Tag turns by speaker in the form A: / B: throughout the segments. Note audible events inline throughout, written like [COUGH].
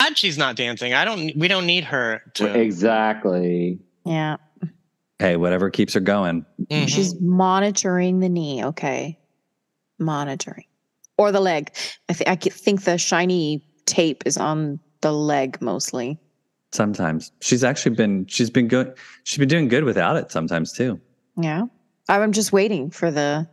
A: glad she's not dancing. I don't. We don't need her to.
B: Exactly.
C: Yeah.
D: Hey, whatever keeps her going.
A: Mhm.
C: She's
D: Mm-hmm.
C: monitoring the knee. Okay. Monitoring. Or the leg. I, th- I think the shiny tape is on the leg mostly.
D: Sometimes she's actually been she's been good. She's been doing good without it. Sometimes too.
C: Yeah. I'm just waiting for the.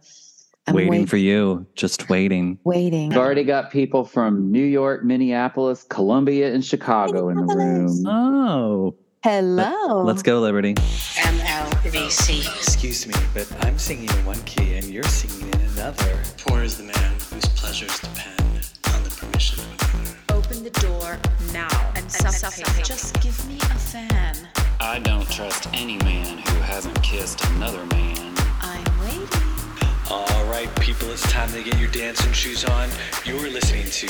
C: I'm
D: waiting
C: wait-
D: for you. Just waiting.
C: Waiting.
B: We've already got people from New York, Minneapolis, Columbia, and Chicago in the room.
D: Oh,
C: Hello.
D: let's go, Liberty.
E: MLVC.
F: Excuse me, but I'm singing in one key and you're singing in another.
G: Poor is the man whose pleasures depend on the permission of another.
H: Open the door now and suffocate. Just give me a fan.
E: I don't trust any man who hasn't kissed another man.
H: I'm waiting.
F: All right, people, it's time to get your dancing shoes on. You're listening to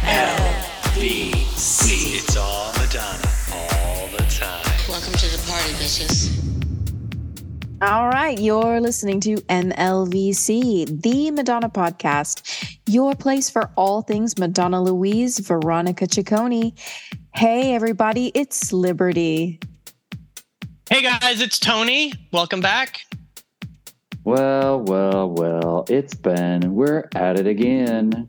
F: MLVC. It's all Madonna, all the time.
E: Welcome to the party, bitches.
C: All right, you're listening to MLVC, the Madonna podcast, your place for all things Madonna Louise, Veronica Ciccone. Hey, everybody, it's Liberty.
A: Hey guys, it's Tony. Welcome back.
B: Well, well, well, it's been, we're at it again.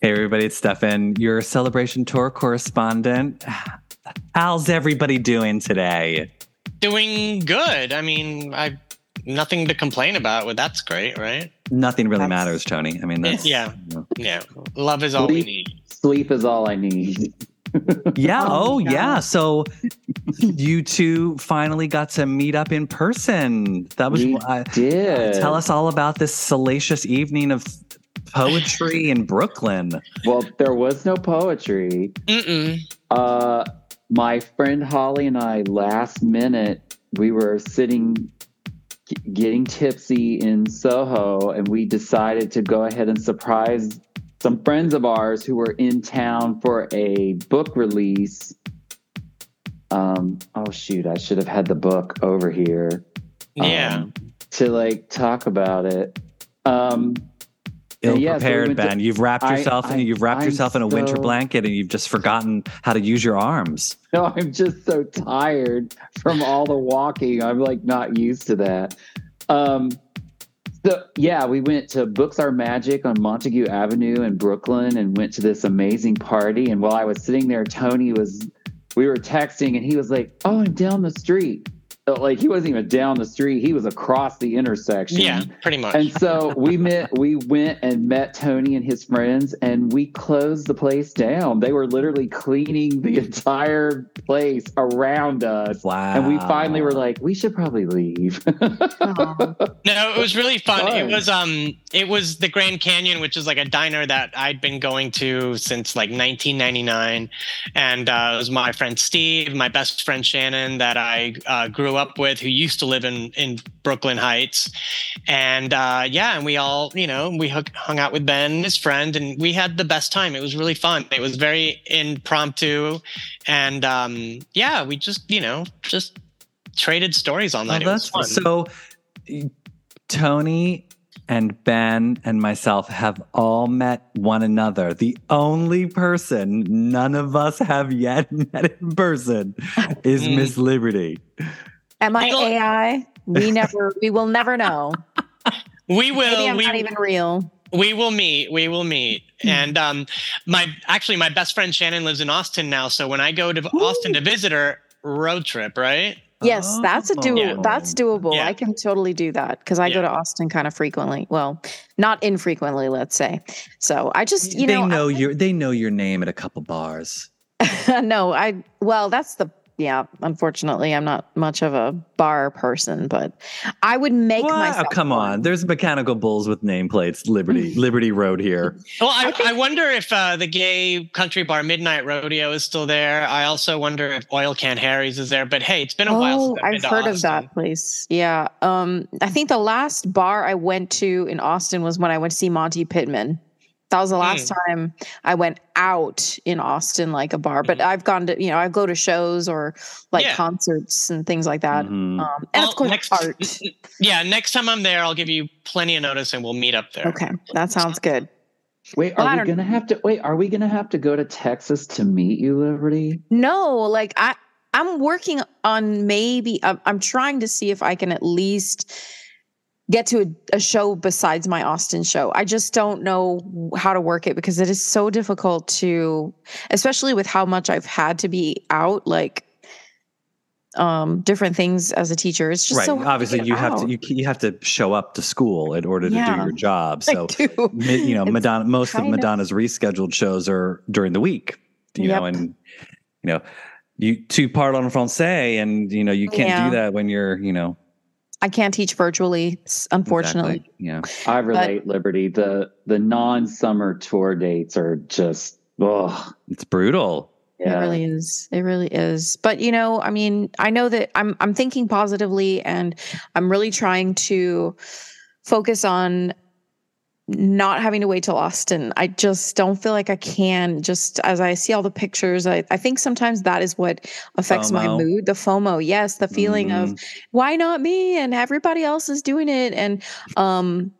D: Hey, everybody, it's Stefan, your celebration tour correspondent. How's everybody doing today?
A: Doing good. I mean, I've nothing to complain about. Well, that's great, right?
D: Nothing really
C: That's-
D: matters, Tony. I mean,
A: [LAUGHS]
D: that's,
A: Yeah.
D: you know.
A: Yeah. Love is all we need.
B: Sleep is all I need.
D: [LAUGHS] yeah.
C: Oh
D: Oh,
C: my
D: yeah.
C: God.
D: So you two finally got to meet up in person. That was
B: We
D: I,
B: did.
D: tell us all about this salacious evening of poetry in Brooklyn.
B: Well, there was no poetry.
A: Mm-mm.
B: Uh, my friend Holly and I, last minute, we were sitting, g- getting tipsy in Soho, and we decided to go ahead and surprise some friends of ours who were in town for a book release. Um, oh, shoot, I should have had the book over here.
A: Yeah.
B: um, to like talk about it. Um, Yeah, so
D: Ill
B: we
D: prepared,
B: went to-
D: Ben. you've wrapped
B: I-
D: yourself
B: I-
D: in you've wrapped
B: I'm
D: yourself in a winter
B: so-
D: blanket and you've just forgotten how to use your arms.
B: [LAUGHS] no, I'm just so tired from all the walking. I'm like not used to that. Um, so yeah, we went to Books Are Magic on Montague Avenue in Brooklyn and went to this amazing party. And while I was sitting there, Tony was we were texting and he was like, Oh, I'm down the street. Uh, Like he wasn't even down the street, he was across the intersection.
A: Yeah. Pretty much.
B: and so we met we went and met tony and his friends and we closed the place down they were literally cleaning the entire place around us
D: Wow.
B: and we finally were like we should probably leave [LAUGHS]
C: Aw.
A: No, it was really fun. It
B: Fun.
A: was um it was the Grand Canyon, which is like a diner that I'd been going to since like 1999 and uh, it was my friend Steve, my best friend Shannon that I uh, grew up with who used to live in in Brooklyn Heights. And uh, yeah, and we all, you know, we hook, hung out with Ben and his friend and we had the best time. It was really fun. It was very impromptu and um yeah, we just, you know, just traded stories all
D: Well,
C: Oh,
A: night. it was
D: that's
A: fun.
D: so Tony and Ben and myself have all met one another. The only person none of us have yet [LAUGHS] met in person is
A: Mm.
D: Miss Liberty.
C: Am I
A: It'll-
C: AI? We never, we will never
A: [LAUGHS]
C: know.
A: we will
C: Maybe I'm
A: we
C: not even real.
A: We will meet. We will meet.
C: Hmm.
A: And um, my actually, my best friend Shannon lives in Austin now. So when I go to Austin to visit her, road trip, right?
C: Yes,
D: Oh.
C: that's a do.
A: Yeah.
C: That's doable.
A: Yeah.
C: I can totally do that because I go
A: Yeah.
C: to Austin kind of frequently. Well, not infrequently, let's say. So I just, you
D: they
C: know, I-
D: know your they know your name at a couple bars.
C: [LAUGHS] no, I well, that's the yeah. Unfortunately, I'm not much of a bar person, but I would make
D: What? Oh,
C: myself.
D: come
C: one. Mm.
D: on. There's mechanical bulls with nameplates. Liberty, Liberty Road here.
A: Well, I, I, wonder if uh, the gay country bar Midnight Rodeo is still there. I also wonder if Oil Can Harry's is there. But hey, it's been a while.
C: Oh,
A: Since I've,
C: I've
A: been to
C: heard of
A: Austin.
C: that place. Yeah, um, I think the last bar I went to in Austin was when I went to see Monty Pittman. That was the last
A: Hmm.
C: time I went out in Austin, like a bar. But
A: Mhm.
C: I've gone to, you know, I go to shows or like
A: Yeah. Hmm.
C: concerts and things like that. Um,
D: Mhm.
C: and
A: Well,
C: of course,
A: next- [LAUGHS]
C: art.
A: Yeah, next time I'm there, I'll give you plenty of notice and we'll meet up there.
C: Okay, that sounds good.
B: Wait,
C: Well, I
B: are we
C: don't-
B: gonna have to wait, are we gonna have to go to Texas to meet you, Liberty?
C: No, like I I'm working on maybe I'm, I'm trying to see if I can at least get to a, a show besides my Austin show. I just don't know how to work it because it is so difficult to especially with how much I've had to be out like um different things as a teacher. It's just
D: right.
C: so hard
D: Obviously,
C: get
D: you have
C: out.
D: to you, you have to show up to school in order to do
C: Yeah.
D: your job.
C: [LAUGHS] I
D: So
C: do.
D: mi- you know,
C: It's
D: Madonna. Most of
C: kind of-
D: Madonna's rescheduled shows are during the week. You know,
C: Yep.
D: and you know, you tu parles en français, and you know you can't
C: Yeah.
D: do that when you're you know.
C: I can't teach virtually, s- unfortunately.
D: Exactly. Yeah.
B: I relate, Liberty. The the non summer tour dates are just oh
D: It's brutal.
C: It
B: yeah.
C: really is. It really is. But you know, I mean, I know that I'm I'm thinking positively and I'm really trying to focus on not having to wait till Austin. I just don't feel like I can just as I see all the pictures, I, I think sometimes that is what affects my
D: FOMO.
C: mood. The FOMO, yes, the feeling of
D: Mm-hmm.
C: why not me and everybody else is doing it and um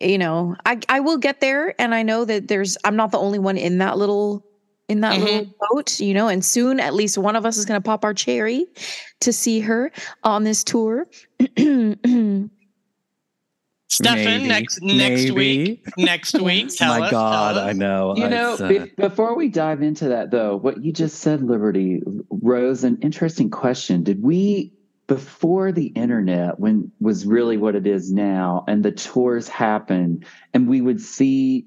C: you know i i will get there and i know that there's i'm not the only one in that little in that
A: Mhm.
C: little boat you know and soon at least one of us is going to pop our cherry to see her on this tour [CLEARS THROAT]
A: Stefan,
D: Maybe.
A: next next
D: Maybe.
A: week, next week. Tell
D: [LAUGHS] My
A: us,
D: God,
A: tell
D: I
A: us.
D: know.
B: You know,
D: It's, uh,
B: be- before we dive into that, though, what you just said, Liberty, rose an interesting question. Did we, before the internet, when was really what it is now, and the tours happened, and we would see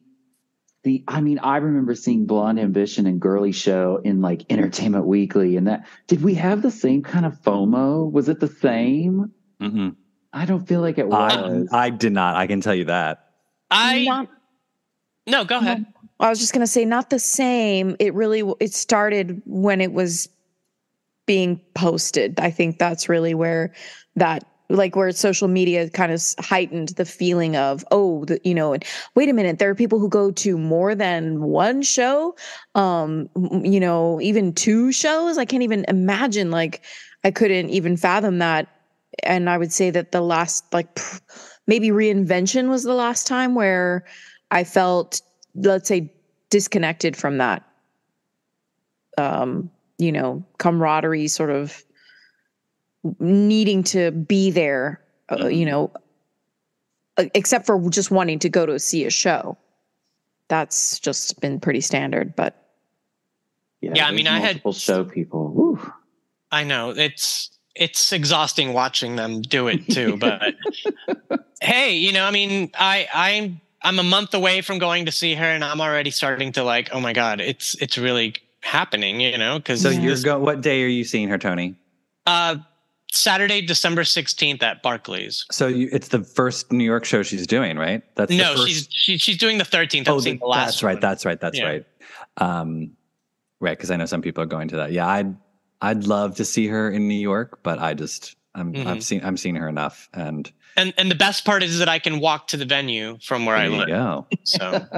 B: the, I mean, I remember seeing Blonde Ambition and Girly Show in like Entertainment Weekly, and that, did we have the same kind of FOMO? Was it the same?
D: mm-mm.
B: I don't feel like it
D: mm-hmm. I,
B: was.
D: I did not. I can tell you that.
A: I
C: Not-
A: no, go ahead.
C: i was just going to say not the same it really w- it started when it was being posted i think that's really where that like where social media kind of s- heightened the feeling of oh the, you know and wait a minute there are people who go to more than one show um m- you know even two shows i can't even imagine like i couldn't even fathom that and i would say that the last like pr- maybe reinvention was the last time where i felt let's say disconnected from that um you know camaraderie sort of needing to be there uh,
D: Mm-hmm.
C: you know e- except for just wanting to go to see a show that's just been pretty standard but
A: Yeah, I mean,
B: there's
A: I had-
B: multiple show people. Whew.
A: [LAUGHS] I know it's it's exhausting watching them do it too,
D: [LAUGHS]
A: but hey, you know, I mean, I I'm I'm a month away from going to see her, and I'm already starting to like, oh my god, it's it's really happening, you know, because
D: So you're go. What day are you seeing her, Tony?
A: uh, Saturday, December sixteenth at Barclays.
D: So you, it's the first New York show she's doing, right? That's the
A: No,
D: first-
A: she's she, she's doing the thirteenth.
D: Oh,
A: I'm seeing
D: the-
A: the last.
D: that's right.
A: one.
D: That's right. That's
A: Yeah.
D: right. Um, right, because I know some people are going to that. Yeah, I'd I'd love to see her in New York, but I just I'm
A: Mhm.
D: I've seen I'm seeing her enough, and
A: and and the best part is that I can walk to the venue from where I
D: there you
A: live.
D: go. [LAUGHS]
A: So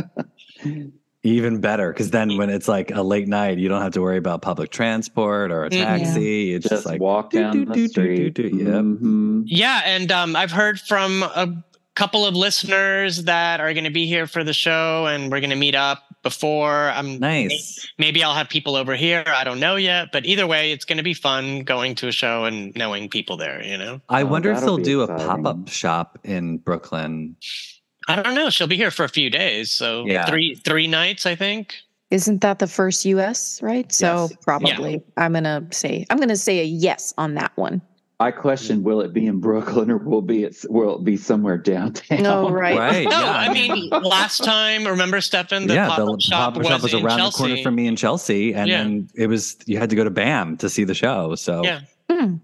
D: Even better, because then when it's like a late night, you don't have to worry about public transport or a
A: Mhm. Yeah.
D: taxi. It's
B: Just,
D: just, like
B: walk
D: do,
B: down
D: do,
B: the
D: do, do,
B: street.
D: do, do. Yep.
B: Mhm.
A: yeah, and um, I've heard from a couple of listeners that are going to be here for the show, and we're going to meet up before. I'm
D: nice.
A: maybe I'll have people over here. I don't know yet, but either way, it's going to be fun going to a show and knowing people there. You know,
D: I
B: Oh,
D: wonder if
B: that'll
D: they'll
B: be
D: do a
B: exciting.
D: pop up shop in Brooklyn.
A: I don't know. She'll be here for a few days, so
D: Yeah.
A: three three nights, I think.
C: isn't that the first us right so
D: Yes.
C: probably i'm gonna say i'm gonna say a yes on that
D: [LAUGHS]
C: one
B: I
D: Mm.
B: question: Will it be in Brooklyn or will be it will it be somewhere downtown?
D: Oh,
C: no Oh, right
D: Right?
A: [LAUGHS] No,
D: yeah.
A: I mean last time, remember Stefan? The
D: yeah,
A: pop up
D: the
A: shop,
D: pop-up shop was,
A: in
D: around
A: Chelsea.
D: the corner from me in Chelsea, and
A: Yeah.
D: then it was you had to go to BAM to see the show. So
A: Yeah.
C: Hmm.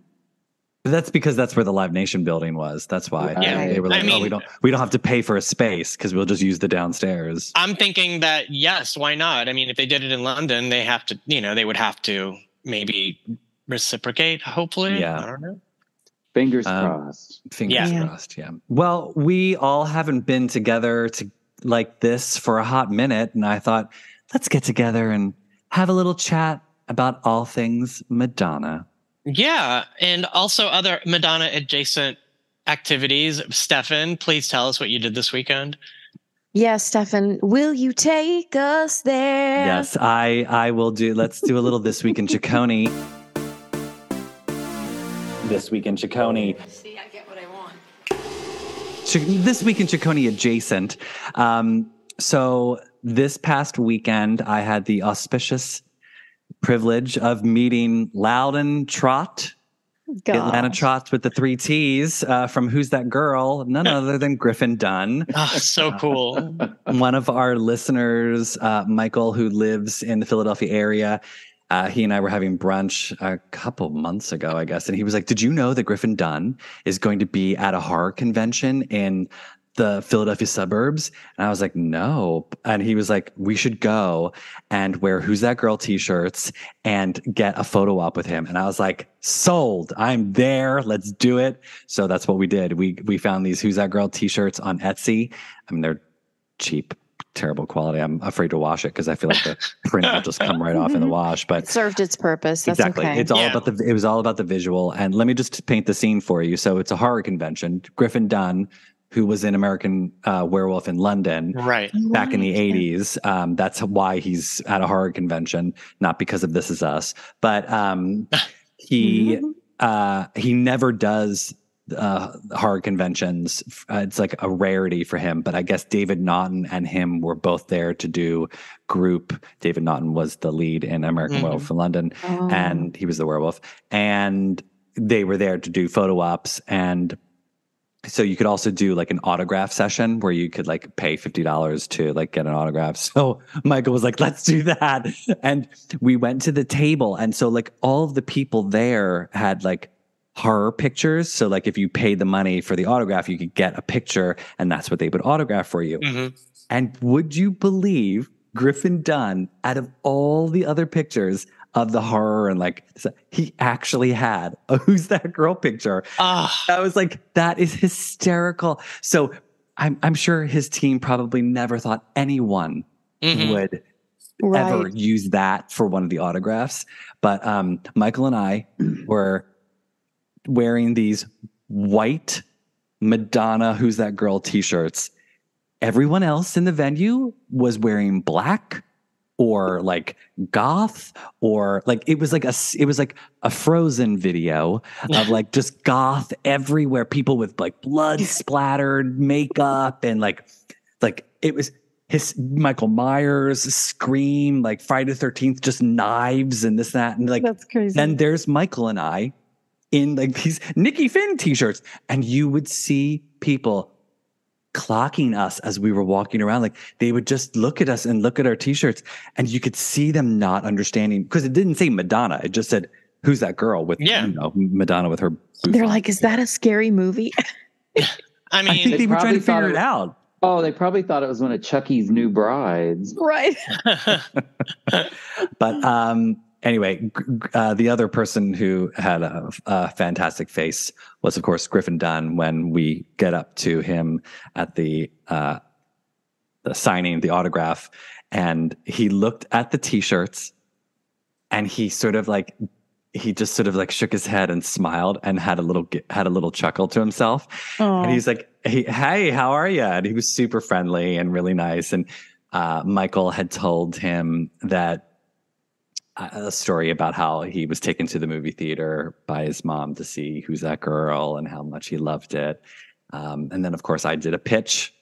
D: But that's because that's where the Live Nation building was. That's
B: Yeah.
D: why they, they were
A: I
D: like, "Oh, we
A: mean-
D: don't we don't have to pay for a space because we'll just use the downstairs."
A: I'm thinking that yes, why not? I mean, if they did it in London, they have to, you know, they would have to maybe reciprocate. Hopefully,
D: Yeah.
A: I don't know.
B: [LAUGHS] Fingers
D: Um,
B: crossed.
D: Fingers
C: Yeah.
D: crossed. Yeah. Well, we all haven't been together to like this for a hot minute, and I thought let's get together and have a little chat about all things Madonna.
A: Yeah, and also other Madonna adjacent activities. Stefan, please tell us what you did this weekend.
C: Yes, Stefan, will you take us there?
D: Yes, I I will do. Let's do a little this week in Chicone. This week in Chicone.
I: See, I get what I want.
D: Chi- this week in Chicone adjacent. Um, so this past weekend, I had the auspicious privilege of meeting Loudon Trot,
C: God.
D: Atlanta Trots with the three T's uh, from Who's That Girl? [LAUGHS] None other than Griffin Dunn.
A: [LAUGHS] Oh, so cool.
D: one of our listeners, uh, Michael, who lives in the Philadelphia area, uh, he and I were having brunch a couple months ago, I guess. And he was like, Did you know that Griffin Dunn is going to be at a horror convention in the Philadelphia suburbs? And I was like, No. And he was like, We should go and wear Who's That Girl t shirts and get a photo op with him. And I was like, Sold. I'm there. Let's do it. So that's what we did. We we found these Who's That Girl t shirts on Etsy. I mean, they're cheap, terrible quality. I'm afraid to wash it because I feel like the print will just come right off in the wash. But
C: It served its purpose. That's
D: exactly,
C: okay.
D: it's all
A: Yeah.
D: about the. It was all about the visual. And let me just paint the scene for you. So it's a horror convention. Griffin Dunn, who was in American uh, Werewolf in London,
A: right.
D: back in the 80s. Um, that's why he's at a horror convention, not because of This Is Us. But um, he
C: Mm-hmm.
D: uh, he never does uh, horror conventions. Uh, it's like a rarity for him. But I guess David Naughton and him were both there to do group. David Naughton was the lead in American
A: Mhm.
D: Werewolf in London,
C: Oh.
D: and he was the werewolf. And they were there to do photo ops and so you could also do like an autograph session where you could like pay $50 to like get an autograph [LAUGHS] so michael was like let's do that and we went to the table and so like all of the people there had like horror pictures so like if you paid the money for the autograph you could get a picture and that's what they would autograph for you
A: hmm
D: and would you believe Griffin Dunn, out of all the other pictures of the horror and like, he actually had a [LAUGHS] Who's That Girl picture.
A: Ah,
D: I was like, that is hysterical. So I'm, I'm sure his team probably never thought anyone
A: mhm.
D: would
C: Oh, right.
D: ever use that for one of the autographs. But um, Michael and I were wearing these white Madonna Who's That Girl t shirts. Everyone else in the venue was wearing black or like goth or like it was like a s- it was like a frozen video of like just goth everywhere people with like blood splattered makeup and like like it was his Michael Myers scream like Friday the 13th just knives and this that and like
C: That's crazy.
D: then there's Michael and I in like these Nikki Finn t-shirts. And you would see people clocking us as we were walking around. Like they would just look at us and look at our t-shirts. And you could see them not understanding because it didn't say Madonna. It just said, Who's that girl with
A: Yeah.
D: you know, Madonna with her boots
C: They're
D: on."
C: like, is that a scary movie? [LAUGHS]
A: I
D: I think
A: mean,
B: They
D: they were trying
B: probably
D: to
B: thought
D: figure
B: it
D: it
B: was-
D: out.
B: Oh, they probably thought it was one of Chucky's new brides.
C: right.
D: But um, anyway, g- g- uh, the other person who had a, a fantastic face was, of course, Griffin Dunn. When we get up to him at the uh, the signing, the autograph, and he looked at the T-shirts, and he sort of like he just sort of like shook his head and smiled and had a little gi- had a little chuckle to himself.
C: Oh,
D: And he's like, he, "Hey, how are you?" And he was super friendly and really nice. And uh, Michael had told him that uh, a story about how he was taken to the movie theater by his mom to see Who's That Girl and how much he loved it. Um, and then, of course, I did a pitch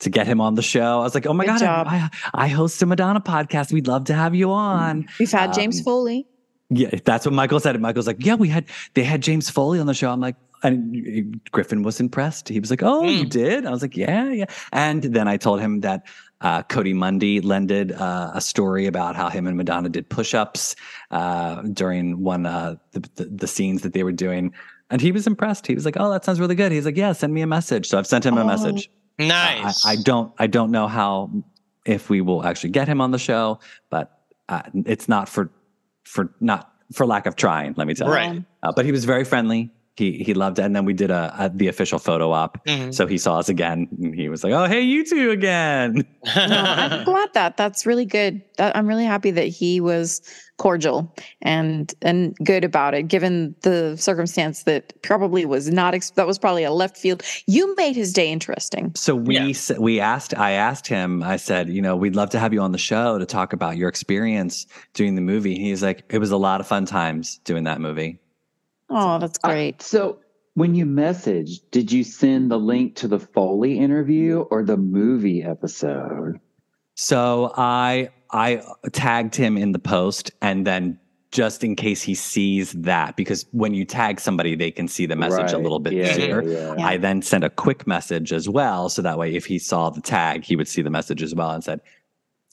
D: to get him on the show. I was like, "Oh my
C: Good
D: god,
C: job.
D: I, I host a Madonna podcast. We'd love to have you on."
C: we've had James
D: um, [LAUGHS]
C: Foley.
D: Yeah, that's what Michael said. And Michael's like, yeah, we had they had James Foley on the show. I'm like, and Griffin was impressed. He was like, oh, you
A: Mm.
D: did? I was like, yeah, yeah. And then I told him that uh, Cody Mundy lended uh, a story about how him and Madonna did push-ups uh, during one uh, the, the the scenes that they were doing. And he was impressed. He was like, "Oh, that sounds really good." He's like, "Yeah, send me a message." So I've sent him a
C: Oh.
D: message. I,
A: [LAUGHS] nice.
D: I don't I don't know how if we will actually get him on the show, but uh, it's not for for not for lack of trying. Let me tell
A: Right.
D: [LAUGHS] you. Uh, but he was very friendly, he he loved it. And then we did a, a the official photo op,
A: Mhm.
D: so he saw us again, and he was like, "Oh, hey, you two again."
C: No,
A: [LAUGHS]
C: I'm glad that that's really good. That, I'm really happy that he was cordial and and good about it, given the circumstance that probably was not ex- that was probably a left field. You made his day interesting.
D: So we
A: Yeah.
D: s- we asked I asked him I said you know we'd love to have you on the show to talk about your experience doing the movie. And he's like it was a lot of fun times doing that movie.
C: Oh, that's
B: I-
C: great.
B: so when you messaged, did you send the link to the Foley interview or the movie episode?
D: So I I tagged him in the post and then just in case he sees that because when you tag somebody they can see the message a
B: Right.
D: little bit
B: Yeah,
D: easier.
B: yeah, yeah.
C: Yeah.
D: I then sent a quick message as well so that way if he saw the tag he would see the message as well and said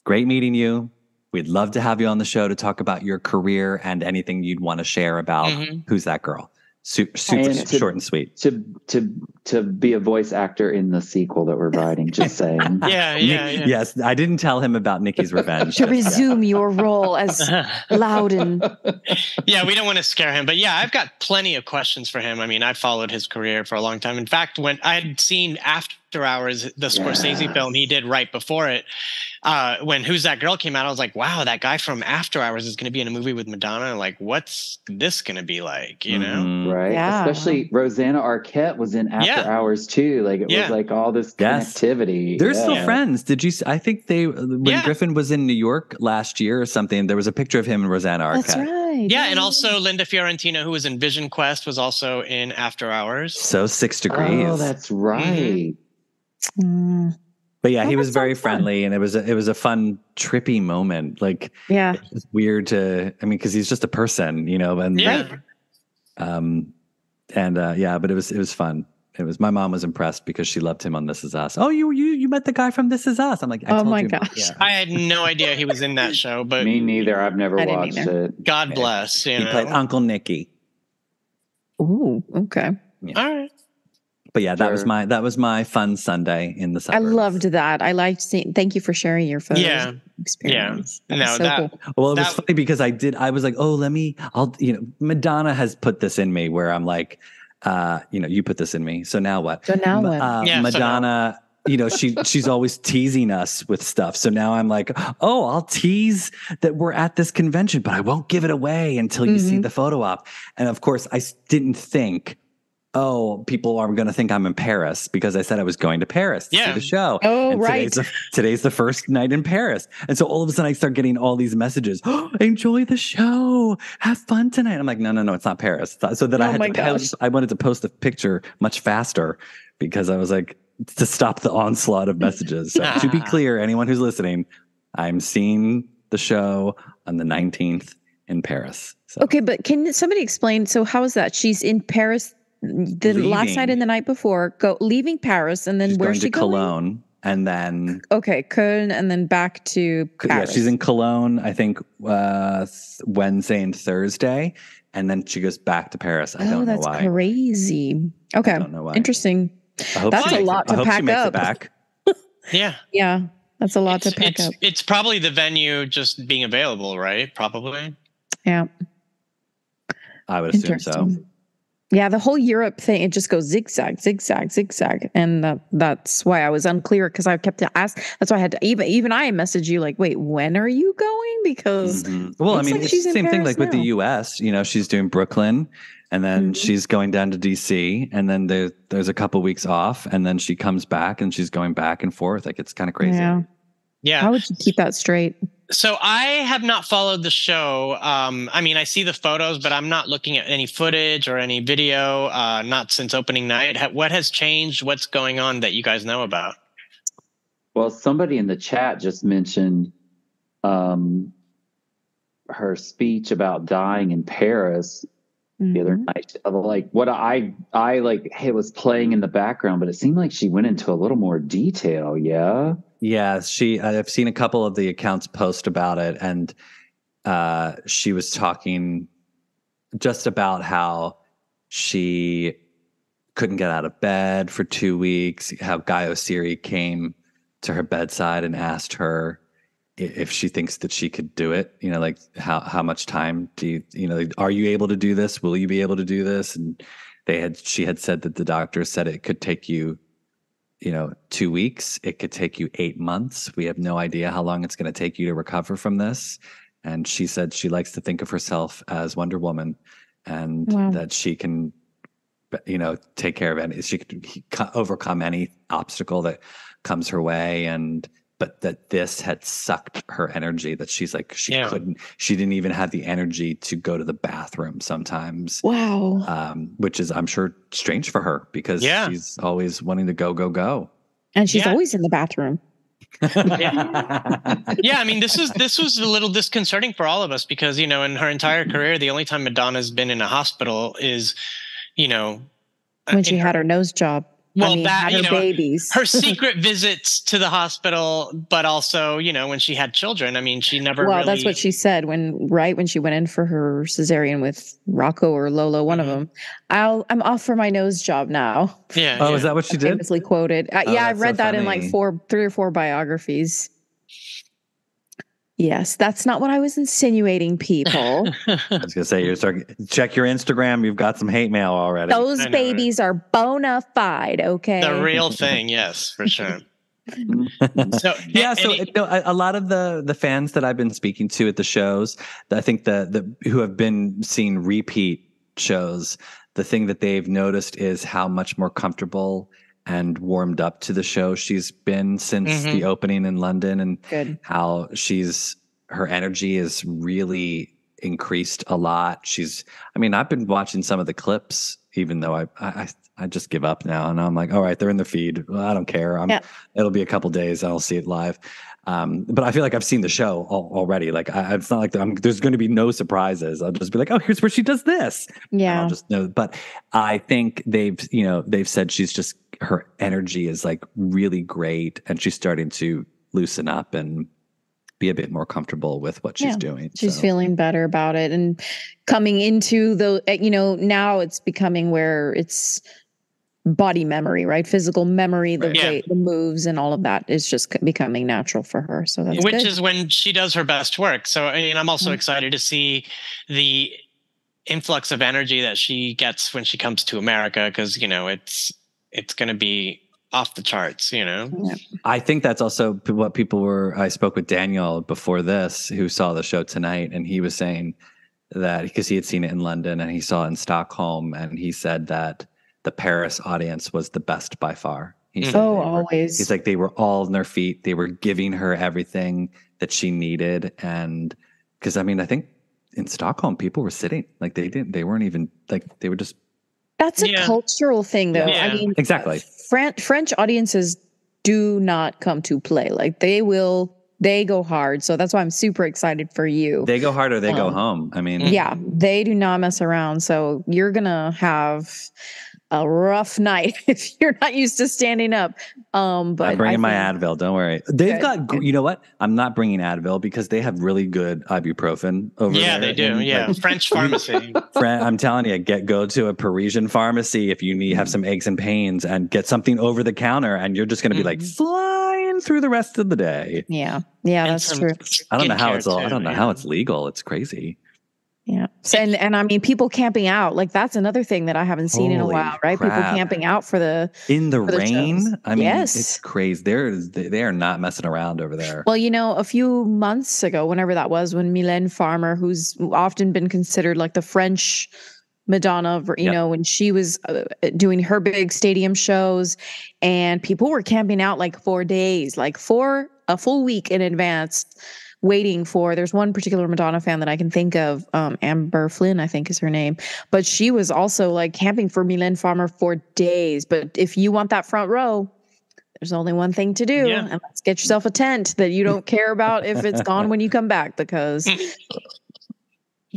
D: great meeting you. We'd love to have you on the show to talk about your career and anything you'd want to share about
A: Mhm.
D: who's that girl. Super, super
B: And to-
D: short and sweet.
B: To to to be a voice actor in the sequel that we're writing.
D: [LAUGHS]
B: Just saying.
A: yeah, yeah,
D: Nick-
A: yeah.
D: Yes, I didn't tell him
A: [LAUGHS]
D: about Nikki's revenge.
C: To resume your role [LAUGHS] as Loudon.
A: yeah, we don't want to scare him, but yeah, I've got plenty of questions for him. I mean, I followed his career for a long time. In fact, when I had seen After Hours, the Scorsese
B: Yes.
A: film he did right before it, uh, when Who's That Girl came out, I was like, wow, that guy from After Hours is going to be in a movie with Madonna. Like, what's this going to be like? You know?
D: Mhm.
B: Right.
C: Yeah.
B: Especially Rosanna Arquette was in
A: Mm-hmm.
B: After
A: Yeah.
B: Hours too. Like it
A: Yeah.
B: was like all this
D: Yes.
B: connectivity.
D: They're
B: Yeah.
D: still friends. Did you? s- I think they uh, when
A: Yeah.
D: Griffin was in New York last year or something. There was a picture of him and Rosanna Arquette.
C: That's right.
A: Yeah, and also Linda Fiorentino, who was in Vision Quest, was also in After Hours.
D: So six degrees.
B: Oh, that's
A: Mm-hmm.
B: right.
C: Mm,
D: but yeah,
C: Oh,
D: he
C: that
D: was
C: sounds
D: very
C: fun.
D: friendly, and it was a, it was a fun trippy moment. Like
C: yeah.
D: it's weird to, I mean, because he's just a person, you know. And
A: Yeah.
D: um, and uh, yeah, but it was it was fun. It was my mom was impressed because she loved him on This Is Us. Oh, you you you met the guy from This Is Us. I'm like, I
C: Oh
D: told
C: my
D: you, Mom.
C: gosh.
D: Yeah.
A: I had no idea he was in that show, but
B: Me neither. I've never
C: I didn't
B: watched
C: either.
B: it.
A: God bless. You
D: He
A: know?
D: played Uncle Nicky.
C: Ooh, okay.
A: All right.
D: But yeah, that was
B: Sure.
D: my that was my fun Sunday in the
C: I
D: suburbs.
C: loved that. I liked seeing. Thank you for sharing your photos.
A: Yeah.
C: and Experience.
A: No,
C: was
A: that-
C: cool.
D: Well, it was
A: That-
D: funny because I did. I was like, oh, let me. I'll. You know, Madonna has put this in me where I'm like, uh, you know, you put this in me. So now what?
C: So now
D: M-
C: what?
D: Uh,
A: Yeah, so now-
D: Madonna. You know, she she's always teasing us with stuff. So now I'm like, oh, I'll tease that we're at this convention, but I won't give it away until you see
C: Mhm.
D: the photo op. And of course, I s- didn't think, oh, people are going to think I'm in Paris because I said I was going to Paris to see
A: Yeah.
D: the show.
C: oh,
D: And
C: right.
D: Today's the, today's the first night in Paris. And so all of a sudden I start getting all these messages. [GASPS] Oh, enjoy the show. Have fun tonight. I'm like, no, no, no, it's not Paris. So then I
C: Oh
D: had
C: my
D: to post-
C: gosh.
D: I wanted to post the picture much faster because I was like, to stop the onslaught of messages. So to
C: [LAUGHS]
D: be clear, anyone who's listening, I'm seeing the show on the 19th in Paris. So
C: Okay, but can somebody explain? So how is that? She's in Paris the last night
D: Leaving.
C: and the night before, go leaving Paris, and then
D: she's
C: where's
D: going
C: she
D: to
C: going?
D: Cologne and then
C: Okay, Cologne, and then back to
D: C-
C: Paris.
D: Yeah, she's in Cologne, I think, uh, th- Wednesday and Thursday, and then she goes back to Paris. I
C: oh,
D: don't know
C: that's
D: why.
C: crazy. Okay,
D: I don't know why.
C: interesting.
D: I hope
C: That's
D: she
A: a
D: makes
C: lot
D: it, I
C: to
D: hope she
C: pack
D: makes
C: up.
D: it back.
A: Yeah.
C: Yeah, that's a lot to
A: it's,
C: pack
A: it's,
C: up.
A: it's probably the venue just being available, right? Probably.
C: Yeah,
D: I would assume
C: interesting.
D: so.
C: Yeah, the whole Europe thing, it just goes zigzag, zigzag, zigzag. And that, that's why I was unclear because I kept to ask. That's why I had to even even I message you like, wait, when are you going?
A: Mm,
C: Because
D: Mhm. Well, I
C: It's
D: mean,
C: like
D: it's
C: she's
D: the
C: in
D: same thing
C: Paris
D: like with the US. You know, she's doing Brooklyn and then
C: Mhm.
D: she's going down to DC and then there, there's a couple weeks off and then she comes back and she's going back and forth. Like it's kind of crazy.
C: Yeah.
A: Yeah.
C: How would you keep that straight?
A: So I have not followed the show. Um, I mean, I see the photos, but I'm not looking at any footage or any video. Uh, not since opening night. Ha- What has changed? What's going on that you guys know about?
B: Well, somebody in the chat just mentioned um, her speech about dying in Paris the other
C: Mhm.
B: night. Of, Like what I I like it was playing in the background, but it seemed like she went into a little more detail.
C: [LAUGHS]
B: Yeah,
D: Yeah, she. I've seen a couple of the accounts post about it, and uh, she was talking just about how she couldn't get out of bed for two weeks. How Guy Osiri came to her bedside and asked her i- if she thinks that she could do it. You know, like how how much time do you you know? Like, are you able to do this? Will you be able to do this? And They had she had said that the doctor said it could take you, you know, two weeks. It could take you eight months. We have no idea how long it's going to take you to recover from this. And she said she likes to think of herself as Wonder Woman, and
C: Wow.
D: that she can, you know, take care of any. She could he- co- overcome any obstacle that comes her way, and but that this had sucked her energy. That she's like she
A: Yeah.
D: couldn't. She didn't even have the energy to go to the bathroom
C: Mm-hmm.
D: sometimes
C: Wow.
A: Uh,
D: um, which is I'm sure strange for her because
A: Yeah.
D: she's always wanting to go, go, go.
C: And she's
A: Yeah.
C: always in the bathroom.
A: yeah, I mean, this is this was a little disconcerting for all of us because you know, in her entire career, the only time Madonna's been in a hospital is, you know,
C: When she
A: in
C: had her nose job.
A: Well,
C: I mean,
A: that,
C: had
A: you
C: her
A: know,
C: babies.
A: her secret visits to the hospital, but also you know when she had children. I mean, she never.
C: well,
A: really,
C: that's what she said when right when she went in for her cesarean with Rocco or Lolo, one
A: Mhm.
C: of them. I'll I'm off for my nose job now.
A: Yeah.
D: Oh,
A: yeah.
D: is that what she did?
C: Famously quoted. Uh,
D: Oh,
C: yeah, I
D: that's so
C: read that in like
D: funny.
C: four, three or four biographies. Yes, that's not what I was insinuating,
D: [LAUGHS]
C: people.
D: I was gonna say you're starting. Check your Instagram. You've got some hate mail already.
C: Those
A: I know, right?
C: babies are bona fide, okay?
A: the
D: [LAUGHS]
A: real thing? Yes, for sure. So
D: yeah,
A: and-
D: so
A: and it-
D: you know, a, a lot of the the fans that I've been speaking to at the shows, I think the the who have been seeing repeat shows, the thing that they've noticed is how much more comfortable and warmed up to the show she's been since
A: Mhm.
D: the opening in London, [LAUGHS] and
C: Good.
D: how she's her energy is really increased a lot. She's I mean, I've been watching some of the clips, even though I I I- I just give up now, and I'm like, all right, they're in the feed. Well, I don't care. I'm,
C: Yeah.
D: It'll be a couple days. I'll see it live. Um, but I feel like I've seen the show al- already. Like I, it's not like I'm, there's going to be no surprises. I'll just be like, oh, here's where she does this. And
C: Yeah.
D: I'll just know. But I think they've, you know, they've said she's just her energy is like really great, and she's starting to loosen up and be a bit more comfortable with what she's
C: Yeah,
D: doing.
C: She's
D: So-
C: feeling better about it and coming into the, eh, you know, now it's becoming where it's body memory, right? Physical memory, the
D: Right.
A: Yeah.
C: weight, the moves, and all of that is just c- becoming natural for her. So that's
A: which
C: good.
A: is when she does her best work. So, I mean, I'm also
C: Mhm.
A: excited to see the influx of energy that she gets when she comes to America because you know it's it's going to be off the charts. You know,
D: I think that's also p- what people were. I spoke with Daniel before this, who saw the show tonight, and he was saying that because he had seen it in London and he saw it in Stockholm, and he said that the Paris audience was the best by far. He said
C: oh,
D: they were-
C: always.
D: He's like, they were all on their feet. They were giving her everything that she needed. And because I mean, I think in Stockholm, people were sitting like they didn't, they weren't even like, they were just
C: That's a
A: Yeah.
C: cultural thing, though.
A: Yeah.
C: I mean,
D: Exactly.
C: French French audiences do not come to play. Like they will, they go hard. So that's why I'm super excited for you.
D: they go hard or they go
C: Um,
D: home. I mean,
C: yeah, they do not mess around. So you're gonna have a rough night [LAUGHS] if you're not used to standing up. Um, but
D: I'm bringing
C: I
D: my
C: think-
D: Advil. Don't worry. They've
C: Good,
D: got, gr-
C: good.
D: you know what? I'm not bringing Advil because they have really good ibuprofen over
A: yeah, they
D: there.
A: do.
D: And,
A: yeah,
D: like, [LAUGHS]
A: French pharmacy.
D: Fran- I'm telling you, get go to a Parisian pharmacy if you need have some aches and pains and get something over the counter, and you're just going to be like
A: Mhm.
D: flying through the rest of the day.
C: Yeah, yeah,
A: And
C: that's
A: some
C: true.
D: I don't know how
A: skincare,
D: it's all. I
A: too,
D: don't know
A: yeah.
D: how it's legal. It's crazy.
C: Yeah, so, and and I mean, people camping out like that's another thing that I haven't seen in a
D: Holy
C: while, right? People
D: crap.
C: camping out for the
D: In the
C: For the
D: rain,
C: shows.
D: I mean,
C: Yes.
D: it's crazy. There is they they are not messing around over there.
C: Well, you know, a few months ago, whenever that was, when Mylène Farmer, who's often been considered like the French Madonna, you
D: Yeah.
C: know, when she was uh, doing her big stadium shows, and people were camping out like four days, like for a full week in advance, waiting for. There's one particular Madonna fan that I can think of, um, Amber Flynn, I think is her name, but she was also like camping for Mylène Farmer for days. But if you want that front row, there's only one thing to do,
A: Yeah.
C: and that's get yourself a tent that you don't care about if it's gone when you come back because
A: [LAUGHS]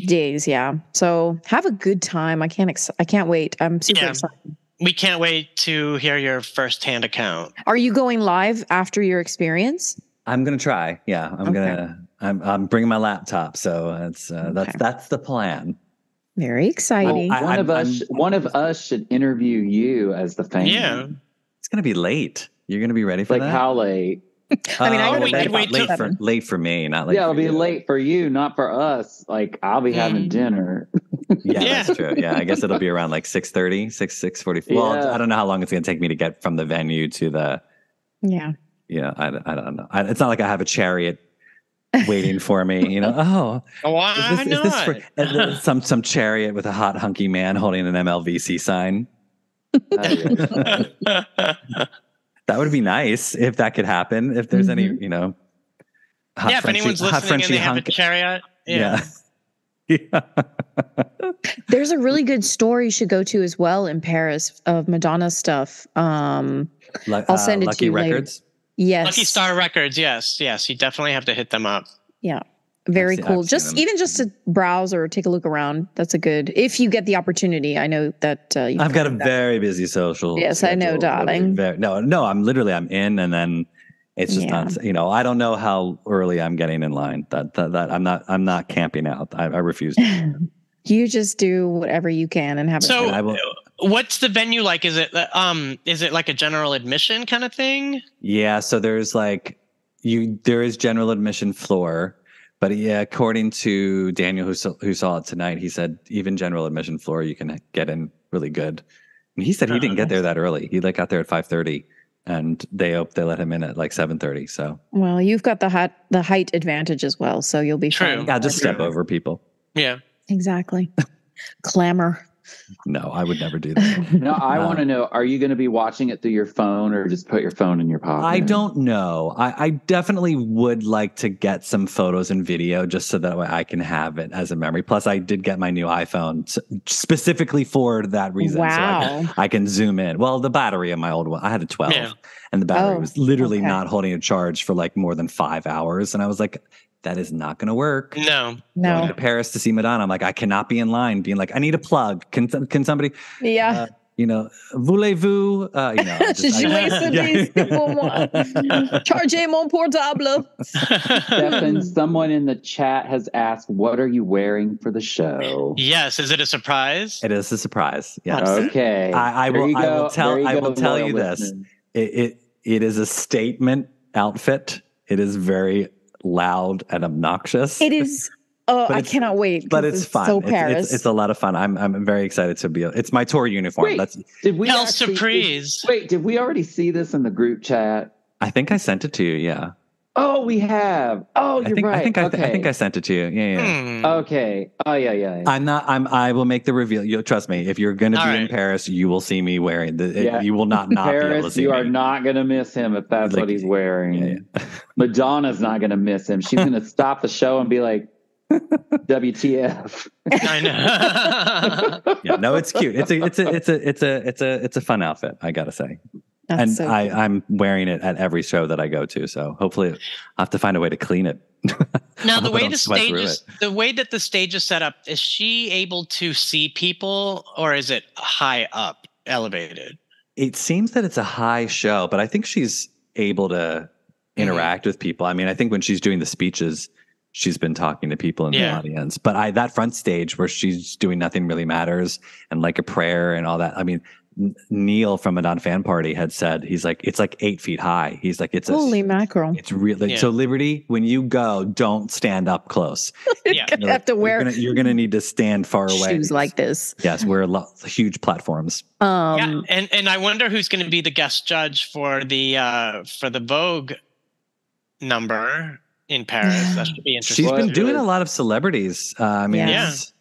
C: days, yeah. So have a good time. I can't ex- I can't wait. I'm super
A: Yeah.
C: excited.
A: We can't wait to hear your firsthand account.
C: Are you going live after your experience?
D: I'm gonna try. Yeah, I'm
C: Okay.
D: gonna. I'm I'm bringing my laptop, so it's uh, that's
C: Okay.
D: that's the plan.
A: Oh,
C: Very exciting.
D: Oh, I-
B: one of
D: I'm-
B: us,
D: I'm-
B: one of us should interview you as the fan.
A: Yeah.
D: It's gonna be late. You're gonna be ready for
B: Like
D: that.
B: how late?
C: I mean, I
D: Oh,
C: gotta
D: late,
A: wait
D: for-
A: wait till-
D: late for late for me, not late.
B: yeah, it'll
D: for
B: be
D: you.
B: late for you, not for us. Like I'll be having
A: Mhm.
D: [LAUGHS]
B: dinner.
D: Yeah,
B: [LAUGHS]
A: Yeah.
D: that's true. Yeah, I guess it'll be around like 6.30, 6, 6.45. Well,
B: Yeah.
D: I don't know how long it's going to take me to get from the venue to the,
C: Yeah.
D: you know, I, I don't know. I, it's not like I have a chariot waiting for me,
A: [LAUGHS]
D: you know. Oh,
A: Why
D: is this,
A: not?
D: is this for,
A: [LAUGHS]
D: and then some some chariot with a hot hunky man holding an MLVC sign?
B: [LAUGHS]
D: that [LAUGHS] would be nice if that could happen. If there's any,
C: Mm-hmm.
D: you know, hot
A: yeah, if
D: Frenchy-
A: anyone's
D: hot
A: listening and
D: Frenchy
A: they have a
D: hunk-
A: chariot, yeah.
D: Yeah. [LAUGHS] yeah.
C: There's a really good store you should go to as well in Paris of Madonna stuff. Um,
D: Lu- uh,
C: I'll send it to
D: Lucky
C: you later.
D: Records.
C: yes.
A: Lucky Star Records, yes, yes, you definitely have to hit them up.
C: Very
D: I've seen-
C: cool.
D: I've seen
C: just
D: them.
C: even just to browse or take a look around. That's a good, if you get the opportunity. I know that uh, you
D: I've got a very busy social.
C: Yes, I know,
D: schedule, really
C: darling.
D: Very, no, no, I'm literally I'm in, and then it's just
C: Yeah.
D: not. You know, I don't know how early I'm getting in line. That that, that I'm not I'm not camping out. I, I refuse. to.
C: [LAUGHS] you just do whatever you can and have it.
A: So-
D: And I will.
A: What's the venue like? Is it uh, um is it like a general admission kind of thing?
D: Yeah. So there's like you. There is general admission floor, but yeah, according to Daniel who saw, who saw it tonight, he said even general admission floor you can get in really good. And he said he didn't get there that early. He like got there at five thirty, and they op- they let him in at like seven thirty. So
C: well, you've got the hot, the height advantage as well. So you'll be
A: True.
C: fine.
D: yeah, just
A: True.
D: step over people.
A: Yeah.
C: Exactly. Clamor.
D: No, I would never do that.
B: No, I
D: No.
B: want to know: Are you going to be watching it through your phone, or just put your phone in your pocket?
D: I don't know. I, I definitely would like to get some photos and video just so that way I can have it as a memory. Plus, I did get my new iPhone s- specifically for that reason. So I, can- [LAUGHS]
C: wow.
D: I can zoom in. Well, the battery in my old one, I had a 12,
A: Yeah.
D: and the battery
C: Oh,
D: was literally
C: okay.
D: not holding a charge for like more than five hours. And I was like, that is not going to work.
A: No. [LAUGHS]
D: Going
C: no.
D: to Paris to see Madonna. I'm like, I cannot be in line being like, I need a plug. Can, can somebody
C: Yeah.
D: uh, you know, voulez-vous? Uh, you know,
C: [LAUGHS]
D: I just-
C: Je
D: I-
C: vais
D: [LAUGHS]
C: sauter pour moi. Chargez mon portable.
B: Stefan, someone in the chat has asked, "What are you wearing for the show?"
A: yes, is it a surprise?
D: It is a surprise. Yes.
B: Okay,
D: I- I
B: There
D: will-
B: you
D: I will
B: go.
D: tell-
B: There you
D: I
B: go,
D: will tell
B: loyal
D: you this.
B: listener.
D: It, it it is a statement outfit. It is very loud and obnoxious.
C: It is. Oh,
D: But
C: I
D: it's-
C: cannot wait.
D: but
C: 'cause
D: it's, fun.
C: So
D: It's- it's-
C: Paris.
D: It's, a lot of fun. I'm I'm very excited to be. It's my tour uniform.
B: Wait.
D: That's.
B: Did we
A: El
B: actually-
A: surprise.
B: Wait, did we already see this in the group chat?
D: I think I sent it to you. Yeah.
B: Oh, we have. Oh, you're
D: I think
B: right.
D: I think I,
B: okay.
D: I think I sent it to you. Yeah. yeah.
A: Hmm.
B: Okay. Oh yeah, yeah. yeah.
D: I'm not. I'm. I will make the reveal. You trust me. If you're gonna
A: All
D: be in
A: right.
D: Paris, you will see me wearing the. it-
B: Yeah.
D: You will
B: [LAUGHS]
D: not not be able to
B: Paris,
D: see
B: you
D: me.
B: are not gonna miss him if that's
D: Like-
B: what he's wearing.
D: Yeah,
B: [LAUGHS] Madonna's not gonna miss him. She's gonna stop the show and be
D: [LAUGHS]
B: like, "WTF?"
A: I
D: [LAUGHS]
A: know. [LAUGHS]
D: yeah, no, it's cute. It's a, it's a, it's a, it's a, it's a, it's a fun outfit. I gotta say,
C: That's
D: and
C: so
D: I, I'm wearing it at every show that I go to. So hopefully, I have to find a way to clean it. [LAUGHS]
A: now
D: I
A: the
D: hope I
A: way
D: don't
A: the
D: sweat
A: stage
D: through
A: is the way that the stage is set up, is she able to see people or is it high up elevated?
D: It seems that it's a high show, but I think she's able to
A: Mm-hmm.
D: interact with people. I mean, I think when she's doing the speeches, she's been talking to people in the
A: Yeah.
D: audience. But I that front stage where she's doing nothing really matters and like a prayer and all that. I mean, N- Neil from Madonna Fan Party had said he's like it's like eight feet high. He's like it's a
C: Holy mackerel.
D: It's really
A: Yeah.
D: so Liberty. When you go, don't stand up close.
A: Yeah.
C: [LAUGHS] [LAUGHS] You have to wear
D: You're gonna, you're gonna need to stand far away.
C: shoes like this.
D: yes, we're lo- huge platforms.
A: yeah,
C: Um,
A: and and I wonder who's going to be the guest judge for the uh for the Vogue number in Paris. That should be interesting.
D: She's been
B: Well,
D: doing
B: it
D: a
B: was-
D: lot of celebrities. Uh, I mean,
C: Yeah.
D: it's-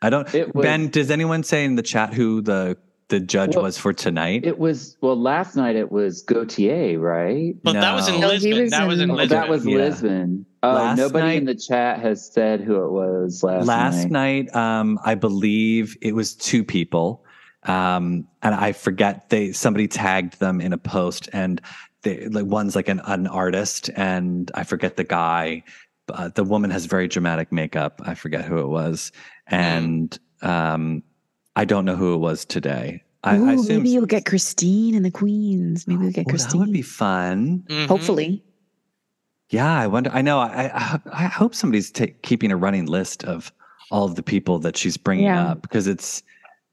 D: I don't.
B: It was-
D: ben, does anyone say in the chat who the the judge
B: Well,
D: was for tonight?
B: It was well last night. It was Gautier, right?
A: but that was in
D: No.
C: No, he
A: Lisbon.
C: was
A: that was in
C: in-
B: Oh,
A: Lisbon.
B: that was
D: Yeah.
B: Lisbon. Oh,
D: Last
B: nobody
D: night-
B: in the chat has said who it was last,
D: last
B: night.
D: night, um, I believe it was two people, um, and I forget they somebody tagged them in a post, and they like one's like an an artist, and I forget the guy. Uh, the woman has very dramatic makeup. I forget who it was,
C: Mm-hmm.
D: and um, I don't know who it was today. I, I
C: ooh,
D: assume
C: maybe you'll get Christine and the Queens. Maybe we'll get
D: Oh, that
C: Christine.
D: would be fun.
A: Mhm.
C: Hopefully.
D: Yeah, I wonder. I know. I I, I hope somebody's ta- keeping a running list of all of the people that she's bringing
C: Yeah.
D: up because it's,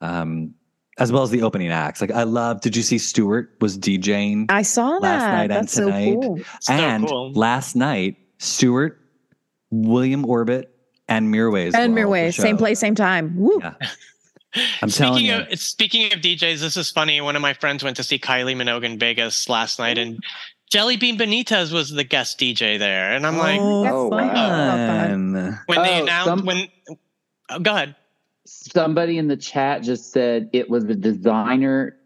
D: um, as well as the opening acts. Like I love. Did you see Stewart was DJing
C: I saw that.
D: Last night and
C: That's
D: tonight.
C: so cool.
A: So
D: and
A: cool.
D: last night Stewart, William Orbit, and Mirways.
C: And
D: were all at the
C: Mirway, same
D: show.
C: place, same time. Woo.
D: Yeah. I'm telling
A: speaking
D: you.
A: of speaking of DJs, this is funny. One of my friends went to see Kylie Minogue in Vegas last night, and Jelly Bean Benitez was the guest DJ there. And I'm like,
D: oh,
B: Oh, wow.
C: [LAUGHS]
D: fun.
A: when they
B: Oh,
A: announced
B: some-
A: when, oh, go ahead.
B: Somebody in the chat just said it was the designer.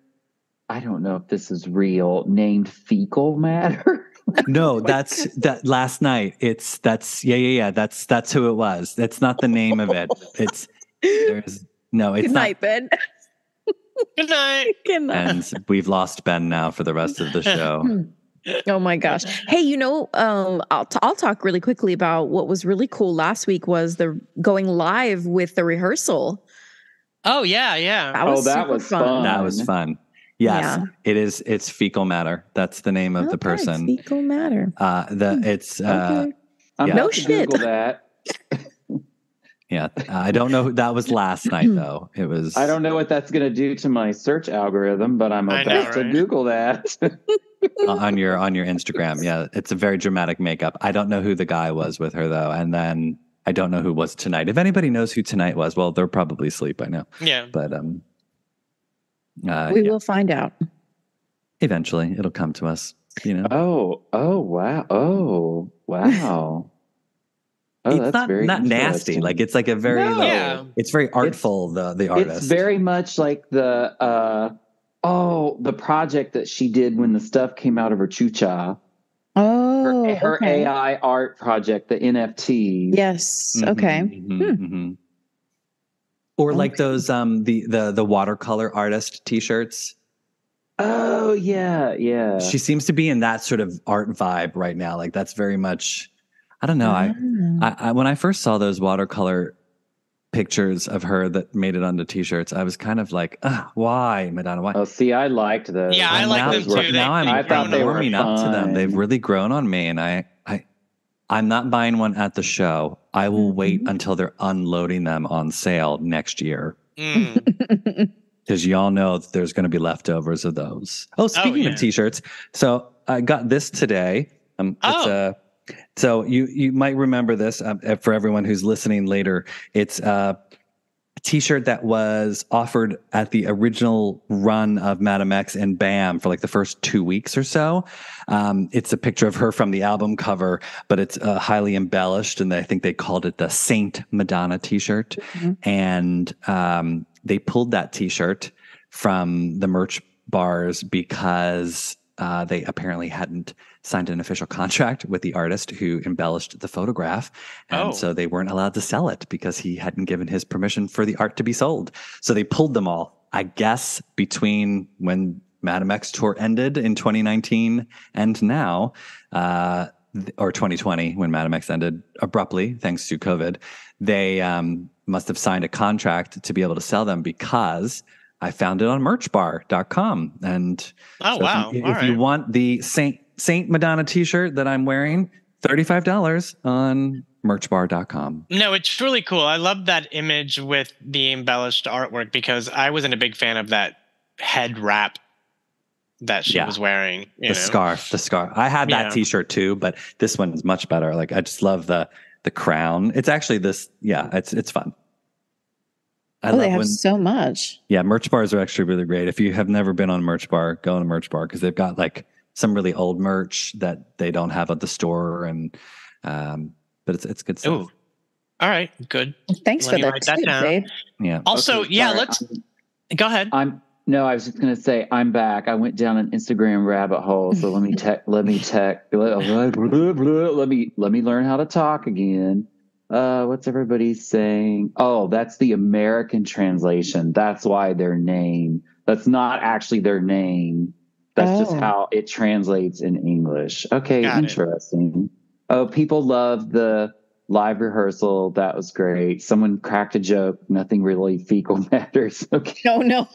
B: I don't know if this is real. Named fecal matter. [LAUGHS]
D: No, that's that last night. It's that's yeah, yeah, yeah. That's that's who it was. That's not the name of it. It's there's no, it's
C: Good
D: not.
C: night, Ben. [LAUGHS]
A: Good night.
C: Good night.
D: And
C: [LAUGHS]
D: we've lost Ben now for the rest of the show.
C: Oh my gosh. Hey, you know, um, I'll, t- I'll talk really quickly about what was really cool last week was the going live with the rehearsal.
A: Oh yeah, yeah.
C: That
B: Oh,
C: was
B: that
C: super
B: was
C: fun.
D: That was fun. Yes,
C: Yeah.
D: it is. It's fecal matter. That's the name of the
C: Okay,
D: person.
C: Fecal matter.
D: Uh, the it's uh,
C: Okay.
B: I'm
D: Yeah.
B: about
C: No
B: to
C: shit.
B: Google that.
D: yeah. I don't know. who- That was last
C: Hmm.
D: night though. It was.
B: I don't know what that's going to do to my search algorithm, but I'm
A: I
B: about
A: know,
B: to
A: right?
B: Google that. [LAUGHS]
D: uh, on your on your Instagram. Yeah, it's a very dramatic makeup. I don't know who the guy was with her though, and then I don't know who was tonight. If anybody knows who tonight was, well, they're probably asleep by now.
A: Yeah.
D: But um, uh,
C: we
D: yeah,
C: will find out.
D: eventually it'll come to us. You know,
B: oh, oh, wow. Oh, wow. Oh,
D: it's
B: that's
D: not
B: very
D: not nasty.
B: interesting.
D: Like it's like a very
B: No.
D: like,
A: Yeah.
D: it's very artful. the the artist.
B: It's very much like the uh oh the project that she did when the stuff came out of her chucha. Her,
C: Oh,
B: her
C: okay.
B: AI art project, the NFT.
C: Yes.
D: Mhm,
C: Okay.
B: Hmm.
D: mhm, mhm. Or like those um the the the watercolor artist t-shirts.
B: Oh yeah, yeah.
D: She seems to be in that sort of art vibe right now. Like that's very much. I don't know. I
B: Mm-hmm.
C: Ah.
D: I, I when I first saw those watercolor pictures of her that made it onto t-shirts, I was kind of like, Ugh, why, Madonna? Why?
B: oh, see, I liked those.
A: Yeah, I
D: And
A: like
D: now,
A: them
B: those were-
A: too. They-
D: Now I'm
A: they've
B: I thought
A: grown
B: they
A: on
B: were
A: me.
D: warming up to them. They've
B: fun.
D: really grown on me, and I, I, I'm not buying one at the show. I will wait
C: Mhm.
D: until they're unloading them on sale next year [LAUGHS]
A: Mm.
D: because y'all know that there's going to be leftovers of those. Oh, speaking
A: yeah.
D: of t-shirts, so I got this today. Um, it's
A: Oh.
D: uh, so you you might remember this um, uh, for everyone who's listening later. It's uh, a t-shirt that was offered at the original run of Madame X and Bam for like the first two weeks or so. Um, it's a picture of her from the album cover, but it's uh, highly embellished, and I think they called it the Saint Madonna T-shirt.
C: Mhm.
D: And um, they pulled that T-shirt from the merch bars because uh, they apparently hadn't signed an official contract with the artist who embellished the photograph, and
A: Oh.
D: so they weren't allowed to sell it because he hadn't given his permission for the art to be sold. So they pulled them all. I guess between when Madame X tour ended in 2019 and now, uh, th- or 2020 when Madame X ended abruptly thanks to COVID, they um, must have signed a contract to be able to sell them because I found it on merchbar.com. And
A: Oh
D: so if
A: wow.
D: you- If,
A: All right.
D: you want the Saint Saint Madonna T-shirt that I'm wearing, thirty-five dollars on merchbar.com.
A: No, it's really cool. I love that image with the embellished artwork because I wasn't a big fan of that head wrap that she
D: Yeah.
A: was wearing. You know?
D: The scarf, the scarf. I had that
A: Yeah.
D: T-shirt too, but this one's much better. Like I just love the the crown. It's actually this. Yeah, it's it's fun. I
C: oh,
D: love
C: they have
D: when
C: so much.
D: Yeah, merch bars are actually really great. If you have never been on merch bar, go on a merch bar because they've got like some really old merch that they don't have at the store, and um, but it's it's good stuff.
A: Ooh. All right. Good.
C: Thanks
A: Let
C: for
A: me
C: that,
A: write that
C: tip,
A: down.
C: [LAUGHS] babe.
D: Yeah,
A: Also,
B: Okay,
A: yeah.
B: sorry,
A: Let's
B: I'm-
A: go ahead.
B: I'm no, I was just gonna say I'm back. I went down an Instagram rabbit hole, so let me tech, let me tech, let, let- blah, blah, let me let me learn how to talk again. Uh, what's everybody saying? Oh, that's the American translation. That's why their name. That's not actually their name. That's just
C: Oh.
B: how it translates in English. Okay,
A: Got it.
B: interesting. Oh, people love the live rehearsal. That was great. Someone cracked a joke. Nothing really fecal [LAUGHS] matters. Okay.
C: No, Oh, no.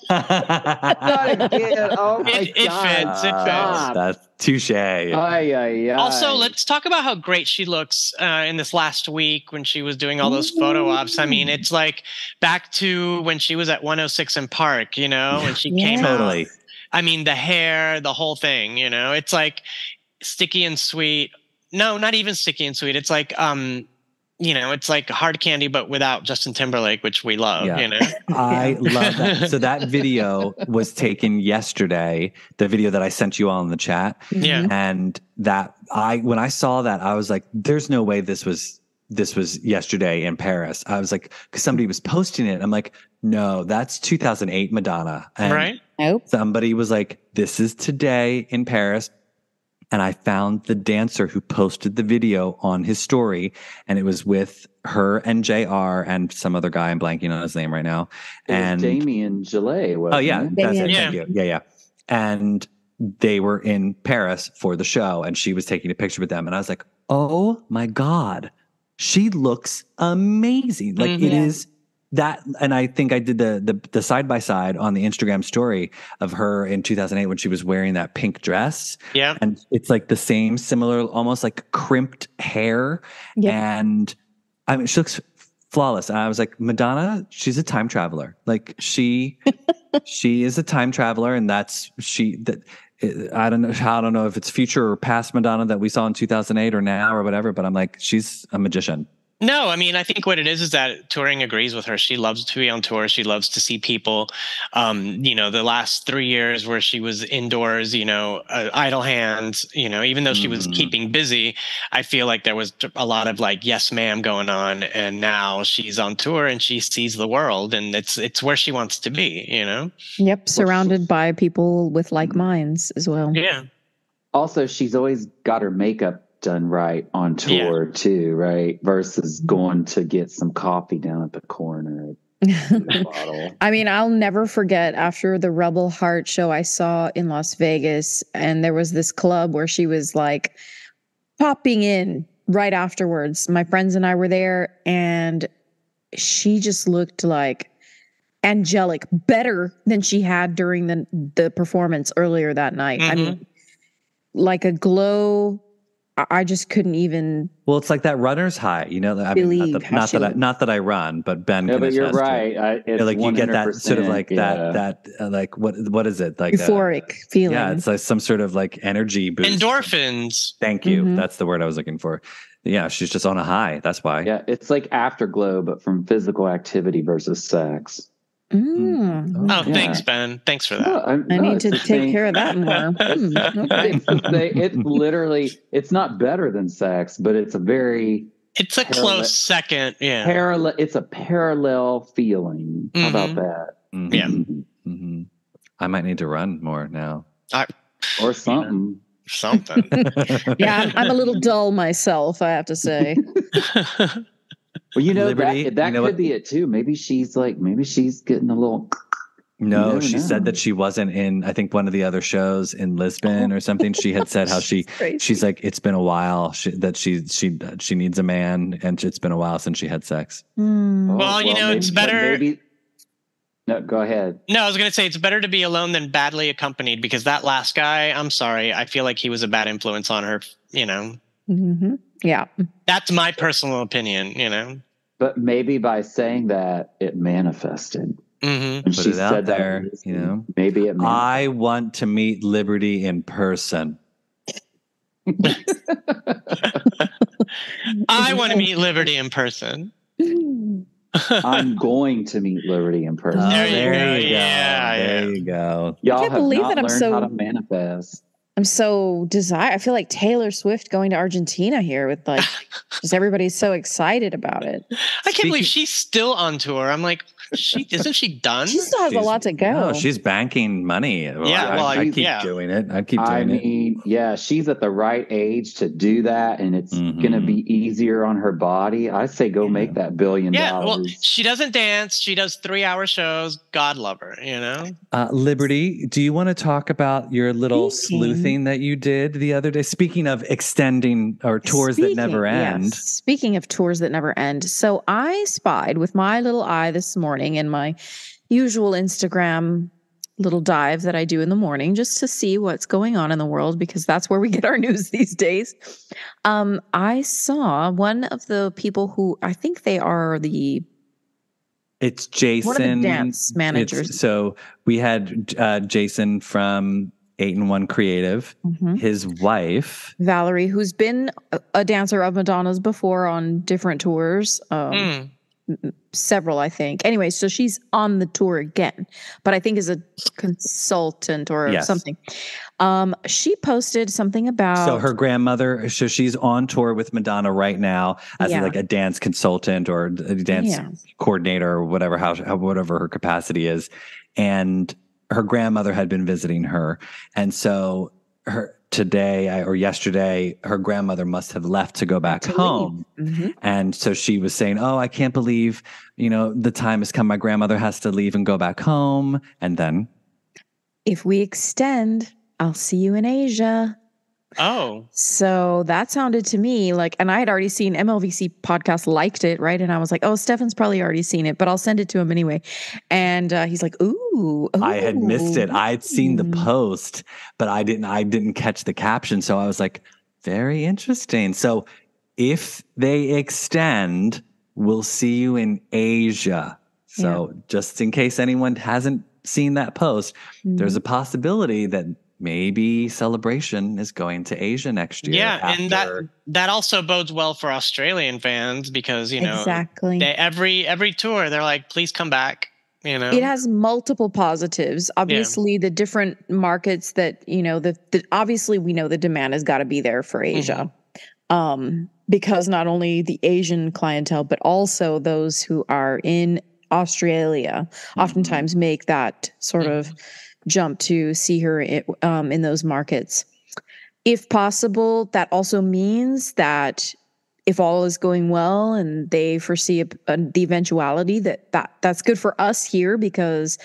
B: Not [LAUGHS] again. Oh my
A: It- it
B: god.
A: fits, it fits.
B: Stop.
D: Uh, That's touche.
B: Ay, ay, ay.
A: Also, let's talk about how great she looks uh, in this last week when she was doing all those photo ops. I mean, it's like back to when she was at 106 in Park, you know, when she
C: Yeah.
A: came out.
D: totally.
A: I mean, the hair, the whole thing, you know, it's like sticky and sweet. No, not even sticky and sweet. It's like um you know, it's like hard candy, but without Justin Timberlake, which we love,
D: Yeah.
A: you know?
D: I love that. So that video was taken yesterday, the video that I sent you all in the chat.
A: Yeah.
D: And that I when I saw that, I was like, there's no way this was this was yesterday in Paris. I was like, because somebody was posting it. I'm like, no, that's 2008 Madonna. And
A: right?
C: Nope.
D: somebody was like, this is today in Paris. And I found the dancer who posted the video on his story, and it was with her and JR and some other guy. I'm blanking on his name right now.
B: and
D: And
B: Damien Gillet.
D: Oh
B: wasn't
D: yeah,
B: it?
D: that's it.
A: Yeah.
D: Thank you. Yeah, yeah. And they were in Paris for the show, and she was taking a picture with them, and I was like, "Oh my god, she looks amazing! Like it
C: Mhm.
D: is that." And I think I did the the the side by side on the Instagram story of her in 2008 when she was wearing that pink dress,
A: Yeah.
D: and it's like the same, similar, almost like crimped hair,
C: Yeah.
D: and I mean, she looks flawless. And I was like, Madonna, she's a time traveler. Like
C: [LAUGHS]
D: she, she is a time traveler, and that's she. That I don't know. I don't know if it's future or past Madonna that we saw in 2008 or now or whatever. But I'm like, she's a magician.
A: No, I mean, I think what it is is that touring agrees with her. She loves to be on tour. She loves to see people. Um, you know, the last three years where she was indoors, you know, uh, idle hands, you know, even though she
C: Mm-hmm.
A: was
D: Mhm.
A: keeping busy, I feel like there was a lot of like, yes, ma'am going on. And now she's on tour and she sees the world and it's, it's where she wants to be, you know?
C: Yep. Surrounded by people with like minds as well.
A: Yeah.
B: Also, she's always got her makeup done right on
A: Yeah.
B: tour too, right? Versus going to get some coffee down at the corner.
C: [LAUGHS]
D: [LAUGHS]
B: bottle.
C: I mean, I'll never forget after the Rebel Heart show I saw in Las Vegas, and there was this club where she was like popping in right afterwards. My friends and I were there, and she just looked like angelic, better than she had during the the performance earlier that night. I
D: Mm-hmm.
C: mean, like a glow. I- I just couldn't even.
D: Well, it's like that runner's high, you know. I mean, not
C: Believe
D: that,
C: how
D: not
C: she
D: that, I,
C: looks.
D: not that I run, but Ben.
B: No,
D: can
B: but you're
D: attest to it.
B: right. I,
D: You
B: it's
D: know, like you get that sort of
B: 100%,
D: like
B: yeah.
D: that that uh, like what what is it like? uh,
C: euphoric feeling.
D: yeah, it's like some sort of like energy boost.
A: Endorphins.
D: Thank you.
C: Mhm.
D: That's the word I was looking for. Yeah, she's just on a high. That's why.
B: Yeah, it's like afterglow, but from physical activity versus sex.
C: Mm.
A: Oh,
B: Yeah.
A: thanks, Ben. Thanks for that.
B: No, I'm-
C: I
B: no,
C: need
B: Oh, it's
C: to
B: the
C: take
B: same-
C: care
D: [LAUGHS]
C: of that more. Hmm, okay.
B: It's, the same- it's literally, it's not better than sex, but it's a very
A: It's a
B: Parallel-
A: close second. Yeah.
B: parallel. It's a parallel feeling. How about
A: Mhm.
B: that? Mm-hmm.
D: Mhm.
A: Yeah.
D: Mhm. I might need to run more now.
B: or something.
A: Something.
C: [LAUGHS] Yeah, I'm, I'm a little dull myself, I have to say.
A: [LAUGHS]
B: Well, you know
D: Liberty,
B: that that
D: you know
B: could
D: what-
B: be it too. Maybe she's like, maybe she's getting a little.
D: No,
B: No,
D: she said
B: no.
D: that she wasn't in. I think one of the other shows in Lisbon or something. She had said
C: [LAUGHS]
D: how she she's like it's been a while she, that she she she needs a man and it's been a while since she had sex.
C: Hmm.
B: oh,
A: Well, you know, it's
B: but
A: better-
B: Maybe, no, go ahead.
A: No, I was going to say it's better to be alone than badly accompanied because that last guy, I'm sorry, I feel like he was a bad influence on her. You know,
C: Mhm. Yeah.
A: that's my personal opinion, you know?
B: But maybe by saying that, it manifested.
A: hmm
B: And
D: Put
B: she
D: it out
B: said that
D: there,
B: reason.
D: you know? Ah.
B: Maybe
A: Mm-hmm.
B: it. Manifested.
D: I want to meet Liberty in person.
A: I
C: [LAUGHS]
A: want to meet Liberty in person.
B: I'm going to meet Liberty
D: [LAUGHS]
B: in person.
D: Oh,
A: There you go. Yeah,
D: There
A: yeah.
D: you go.
B: Y'all
C: can't
B: have
C: believe
B: not
C: that I'm
B: learned
C: so-
B: how to manifest.
C: I'm so desire. I feel like Taylor Swift going to Argentina here with
A: [LAUGHS]
C: like just everybody's so excited about it.
A: I can't
D: Speaking-
A: believe she's still on tour. I'm like, she isn't she done?
C: She still has a
D: She's-
C: lot to go.
D: No, she's banking money. Yeah,
A: well,
D: I,
A: I-
D: keep
A: yeah.
D: doing it. I keep doing
B: I
D: it.
B: mean, yeah, she's at the right age to do that, and it's
D: Mhm.
B: going to be easier on her body. I say go make that billion
A: yeah, well,
B: dollars.
A: she doesn't dance. She does three hour shows. God love her, you know?
D: Uh, Liberty, do you want to talk about your little
C: Speaking.
D: sleuthing that you did the other day? Speaking of extending or tours that never
C: Speaking-
D: end,
C: yes. Speaking of tours that never end, so I spied with my little eye this morning in my usual Instagram little dive that I do in the morning just to see what's going on in the world because that's where we get our [LAUGHS] news these days. Um, I saw one of the people who I think they are the
D: it's Jason.
C: dance
D: it's-
C: managers.
D: so we had uh, Jason from Eight and One Creative.
C: Mhm.
D: His wife,
C: Valerie, who's been a- a dancer of Madonna's before on different tours, um,
A: Mm.
C: several, I think. Anyway, so she's on the tour again, but I think as a consultant or
D: Yes.
C: something. Um, she posted something about
D: so her grandmother. So she's on tour with Madonna right now as
C: Yeah.
D: like a dance consultant or a dance
C: Yeah.
D: coordinator or whatever how, how whatever her capacity is and her grandmother had been visiting her and so her today I- or yesterday her grandmother must have left to go back
C: To leave.
D: home
A: Mm-hmm.
C: Mhm.
D: and so she was saying oh i can't believe you know the time has come my grandmother has to leave and go back home and then
C: if we extend, I'll see you in Asia.
A: Oh,
C: So that sounded to me like, and I had already seen MLVC podcast liked it, right? And I was like, oh, Stefan's probably already seen it, but I'll send it to him anyway. And uh, he's like, ooh,
D: i had missed it
C: ooh.
D: i'd seen the
C: Mm.
D: post but i didn't i didn't catch the caption so i was like very interesting so if they extend we'll see you in asia so just in case anyone hasn't seen that post there's a possibility that maybe celebration is going to asia next year
A: yeah, and that
D: after-
A: that also bodes well for Australian fans because you know
C: exactly.
A: they every every tour they're like, please come back. You know,
C: It has multiple positives. Obviously, the different markets that you know the, the obviously we know the demand has got to be there for Asia, um, because not only the Asian clientele but also those who are in Australia oftentimes make that sort of jump to see her i- um, in those markets. If possible, that also means that if all is going well and they foresee a, a- the eventuality that, that that's good for us here because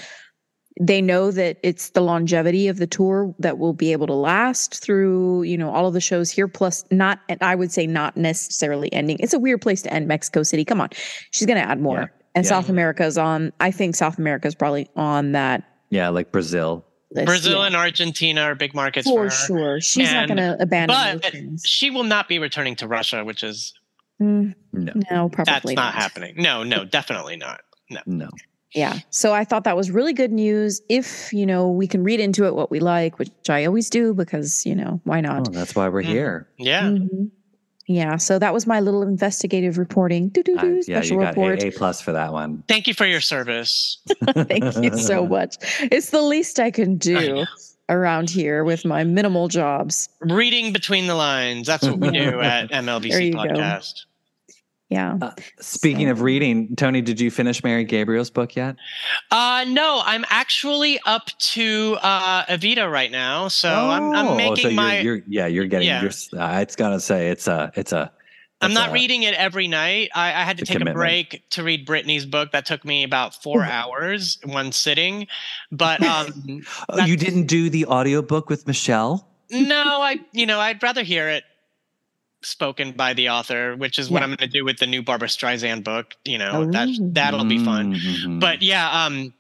C: they know that it's the longevity of the tour that will be able to last through you know all of the shows here plus not and i would say not necessarily ending it's a weird place to end mexico city come on she's going to add more
D: Yeah.
C: and
D: Yeah.
C: south america's on i think south america's probably on that
D: yeah like brazil
C: list
A: Brazil
C: yeah.
A: and Argentina are big markets for,
C: for
A: her.
C: sure she's not
A: And-
C: going to abandon those
A: but-
C: things.
A: She will not be returning to Russia, which is
C: Mm,
D: no
C: no probably
A: that's not happening. No,
C: [LAUGHS]
A: no, definitely not.
D: no
C: Yeah. So I thought that was really good news. If, you know, we can read into it what we like, which I always do because, you know, why
D: Oh,
C: not?
D: that's why we're
A: Mhm.
D: here
A: Yeah.
C: Mhm. Yeah. So that was my little investigative reporting. Doo doo
D: I-
C: doo
D: yeah you
C: special
D: got
C: report.
D: a, a plus for that one
A: Thank you for your service.
C: Thank you
D: [LAUGHS]
C: so much. It's the least I can
A: I
C: do
A: know.
C: around here with my minimal jobs.
A: Reading between the lines. That's what we
C: [LAUGHS]
A: do at
C: There you
A: MLBC
C: go.
A: Podcast.
C: Yeah.
D: Speaking of
C: So-
D: reading, Tony, did you finish Mary Gabriel's book yet?
A: Uh, no, I'm actually up to uh, Evita right now. So I'm, I'm making
D: Oh, so you're-
A: my.
D: You're, yeah, you're getting.
A: Yeah.
D: You're, s- uh, it's gonna say it's a. It's a.
A: I'm
D: it's
A: not
D: a-
A: reading it every night. I, I had to
D: It's a
A: take a
D: commitment.
A: break to read Brittany's book. That took me about four hours, one sitting.
C: [LAUGHS]
A: But um,
D: Oh, you didn't do the audiobook with Michelle.
A: no, I you know I'd rather hear it spoken by the author, which is what
C: Yeah.
A: I'm going to do with the new Barbara Streisand book. You know that
C: Ooh.
A: that'll be fun.
B: Mm.
D: Mhm.
A: but yeah um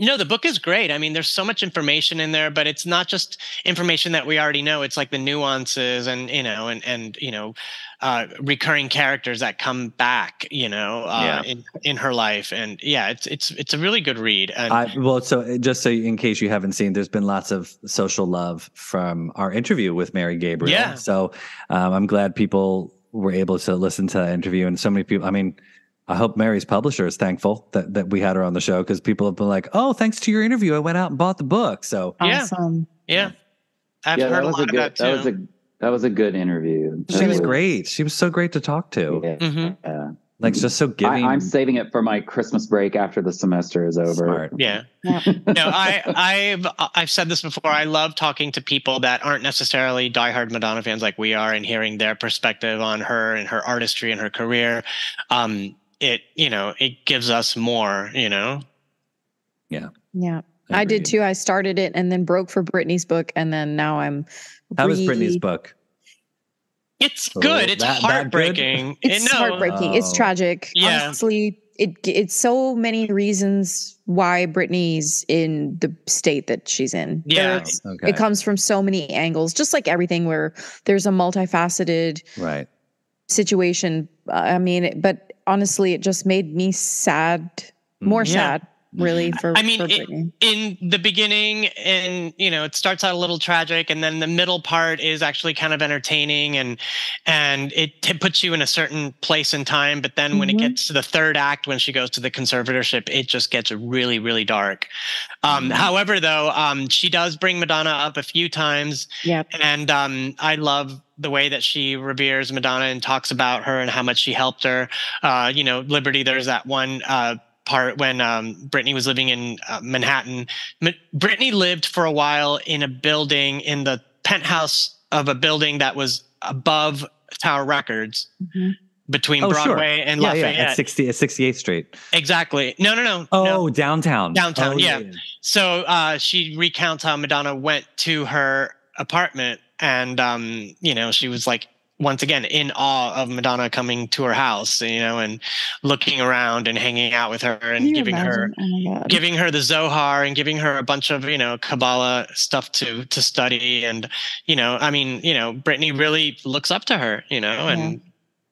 A: no the book is great i mean there's so much information in there but it's not just information that we already know it's like the nuances and you know and and you know uh recurring characters that come back you know uh in, in her life and yeah it's it's it's a really good read and
D: I, well, so uh, just so in case you haven't seen, there's been lots of social love from our interview with Mary Gabriel.
A: Yeah.
D: So um, I'm glad people were able to listen to that interview, and so many people. I mean, I hope Mary's publisher is thankful that that we had her on the show because people have been like, "Oh, thanks to your interview, I went out and bought the book." So
A: Yeah.
C: Awesome.
A: yeah i've
B: yeah,
A: heard
B: that
A: a
B: was
A: lot
B: a good.
A: about
B: that was
A: too
B: a that was a good interview.
D: she was great. She was so great to talk to.
B: Yeah.
A: Mhm.
B: yeah.
D: Like just so giving.
B: I, I'm saving it for my Christmas break after the semester is over.
D: Smart.
B: [LAUGHS]
A: yeah no
D: [LAUGHS]
A: i i've i've said this before i love talking to people that aren't necessarily diehard madonna fans like we are and hearing their perspective on her and her artistry and her career um it you know it gives us more you know
C: Yeah. I did
D: Agreed.
C: too. I started it and then broke for Brittany's book. And then now I'm.
D: How was
C: re-
D: Brittany's book?
A: it's
D: Oh,
A: good it's
D: that- that good?
A: heartbreaking
C: It's
A: And no,
C: heartbreaking. It's
D: Oh.
C: tragic.
A: Yeah.
C: Honestly, it it's so many reasons why Britney's in the state that she's in.
A: Yeah.
C: There's-
D: Oh, Okay.
C: It comes from so many angles, just like everything where there's a multifaceted
D: right.
C: situation. Uh, I mean, it- but honestly, it just made me sad, more
A: Mm. Yeah. Mm-hmm.
C: sad really for
A: I mean,
C: for
A: it-
C: Britney.
A: in the beginning and you know it starts out a little tragic and then the middle part is actually kind of entertaining and and it t- puts you in a certain place in time but then when
C: Mhm.
A: it gets to the third act when she goes to the conservatorship it just gets really really dark um however though um she does bring madonna up a few times
C: Yep.
A: and um, I love the way that she reveres Madonna and talks about her and how much she helped her. Uh, you know, Liberty. There's that one uh, part when um, Brittany was living in uh, Manhattan. Ma- Brittany lived for a while in a building in the penthouse of a building that was above Tower Records.
C: Mhm.
A: Between
D: Oh, sure.
A: Broadway and
D: yeah, yeah,
A: Lafayette,
D: at 60 at 68th Street.
A: exactly. No, no, no.
D: Oh,
A: no.
D: downtown.
A: Downtown,
D: Oh,
A: yeah. So uh, she recounts how Madonna went to her apartment, and um, you know she was like once again in awe of Madonna coming to her house, you know, and looking around and hanging out with her and
C: Can you
A: giving her
C: imagine? Oh my god.
A: giving her the Zohar and giving her a bunch of you know Kabbalah stuff to to study, and you know, I mean, you know, Brittany really looks up to her, you know, and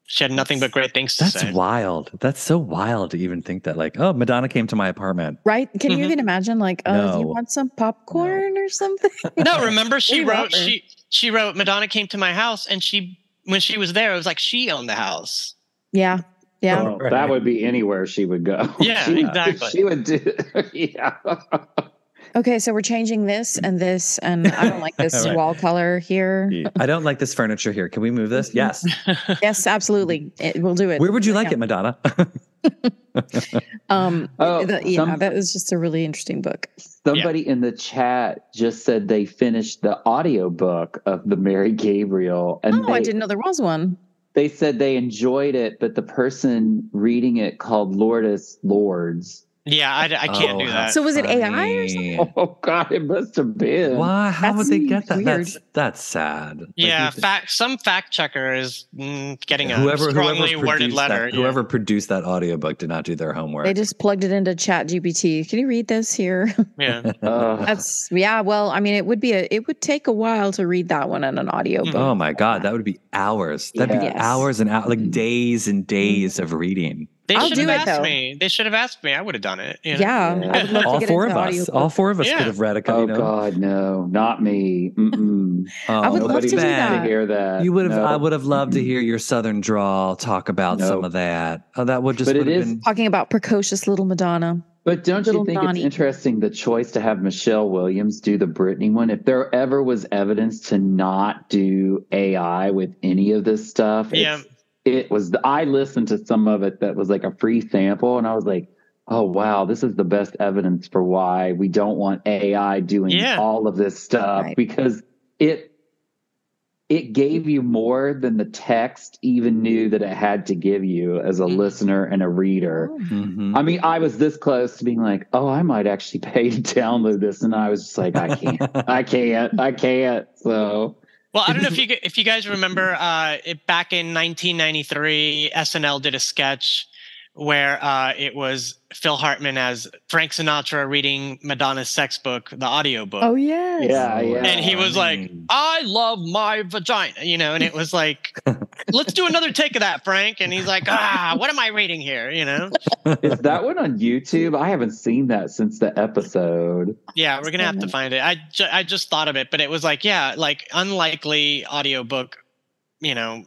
A: she had nothing but great things to
D: That's
A: say.
D: wild. That's so wild to even think that, like, oh, Madonna came to my apartment.
C: Right? Can you
A: Mhm.
C: even imagine? Like, oh, do you
D: Mm-hmm. No.
C: want some popcorn or something? [LAUGHS]
A: no, remember she
C: We love
A: wrote
C: her.
A: she she wrote Madonna came to my house and she when she was there it was like she owned the house.
C: Yeah. Yeah.
B: Well, that would be anywhere she would go.
A: Yeah,
B: [LAUGHS] she would,
A: exactly.
B: She would do. [LAUGHS] yeah.
C: Okay, so we're changing this and this, and I
D: [LAUGHS]
C: don't like this
D: Right.
C: wall color here.
D: I don't like this furniture here. Can we move this?
C: Mm-hmm.
D: Yes.
C: Yes, absolutely. It, we'll do it.
D: Where would you like
C: Yeah.
A: [LAUGHS]
D: it, Madonna?
C: Um,
B: Oh,
C: the- yeah,
B: some-
C: that was just a really interesting book.
B: Somebody in the chat just said they finished the audiobook of the Mary Gabriel, and
C: oh, I
B: they-
C: didn't know there was one.
B: they said they enjoyed it, but the person reading it called Lourdes Lords.
A: Yeah, I, I can't
D: Oh,
A: do
D: how
A: that.
C: So was it AI or
D: funny.
B: [LAUGHS] Oh God, it must have been.
D: Why? How
C: That
D: would they
C: seems
D: get that?
C: weird.
D: That's that's sad. Like,
A: yeah,
D: you think-
A: fact some fact checker is mm, getting a
D: whoever
A: strongly
D: whoever
A: worded
D: produced that-
A: letter. yeah.
D: whoever produced that audiobook did not do their homework.
C: They just plugged it into Chat GPT. Can you read this
D: [LAUGHS]
C: here?
A: yeah.
B: Ugh.
C: That's yeah. Well, I mean, it would be a it would take a while to read that one in an audiobook.
D: oh my god, that would be hours. That'd be
B: Yes.
D: hours and hours,
C: Mm-hmm.
D: like days and days of reading.
A: They
C: I'll
A: should
C: do
A: have
C: it,
A: asked
C: though.
A: me. They should have asked me. I would have done it. you know?
C: Yeah, um, I would love to
D: All
C: get
D: four of
C: into
D: us,
C: audiobook.
D: all four of us
A: Yeah.
D: could have read a couple.
B: Oh
D: you know?
B: God, no, not me. Mm-mm.
D: Oh,
C: I would love
B: Nobody
C: to do
B: wants
C: that.
B: hear that.
D: You would have.
B: No.
D: I would have loved to hear your southern drawl talk about
B: No.
D: some of that. Oh, that would just.
B: But it
D: would have
B: is-
D: been,
C: Talking about precocious little Madonna.
B: But don't
C: Little
B: you think
C: Donnie.
B: it's interesting the choice to have Michelle Williams do the Britney one? If there ever was evidence to not do AI with any of this stuff, it's- it was. The, I listened to some of it that was like a free sample, and I was like, "Oh wow, this is the best evidence for why we don't want AI doing
A: Yeah.
B: all of this stuff
C: Right.
B: because it." It gave you more than the text even knew that it had to give you as a
A: Mhm.
B: listener and a reader.
D: Mhm.
B: I mean, I was this close to being like, "Oh, I might actually [LAUGHS] pay to download this," and I was just like, "I can't,
D: [LAUGHS]
B: I can't, I can't." So,
A: Well, I don't know if you gu- if you guys remember uh, it, back in 1993, SNL did a sketch where uh, it was Phil Hartman as Frank Sinatra reading Madonna's sex book, the audiobook.
C: Oh yes.
B: yeah, yeah.
A: and he was like,
D: Mm.
A: "I love my vagina," you know, and it was like, "Let's do another take of that, Frank." And he's like, "Ah, what am I reading here?" You know?
B: "Is that one on YouTube?" I haven't seen that since the episode.
A: Yeah, we're gonna have to find it. I ju- I just thought of it, but it was like, yeah, like unlikely audiobook, you know,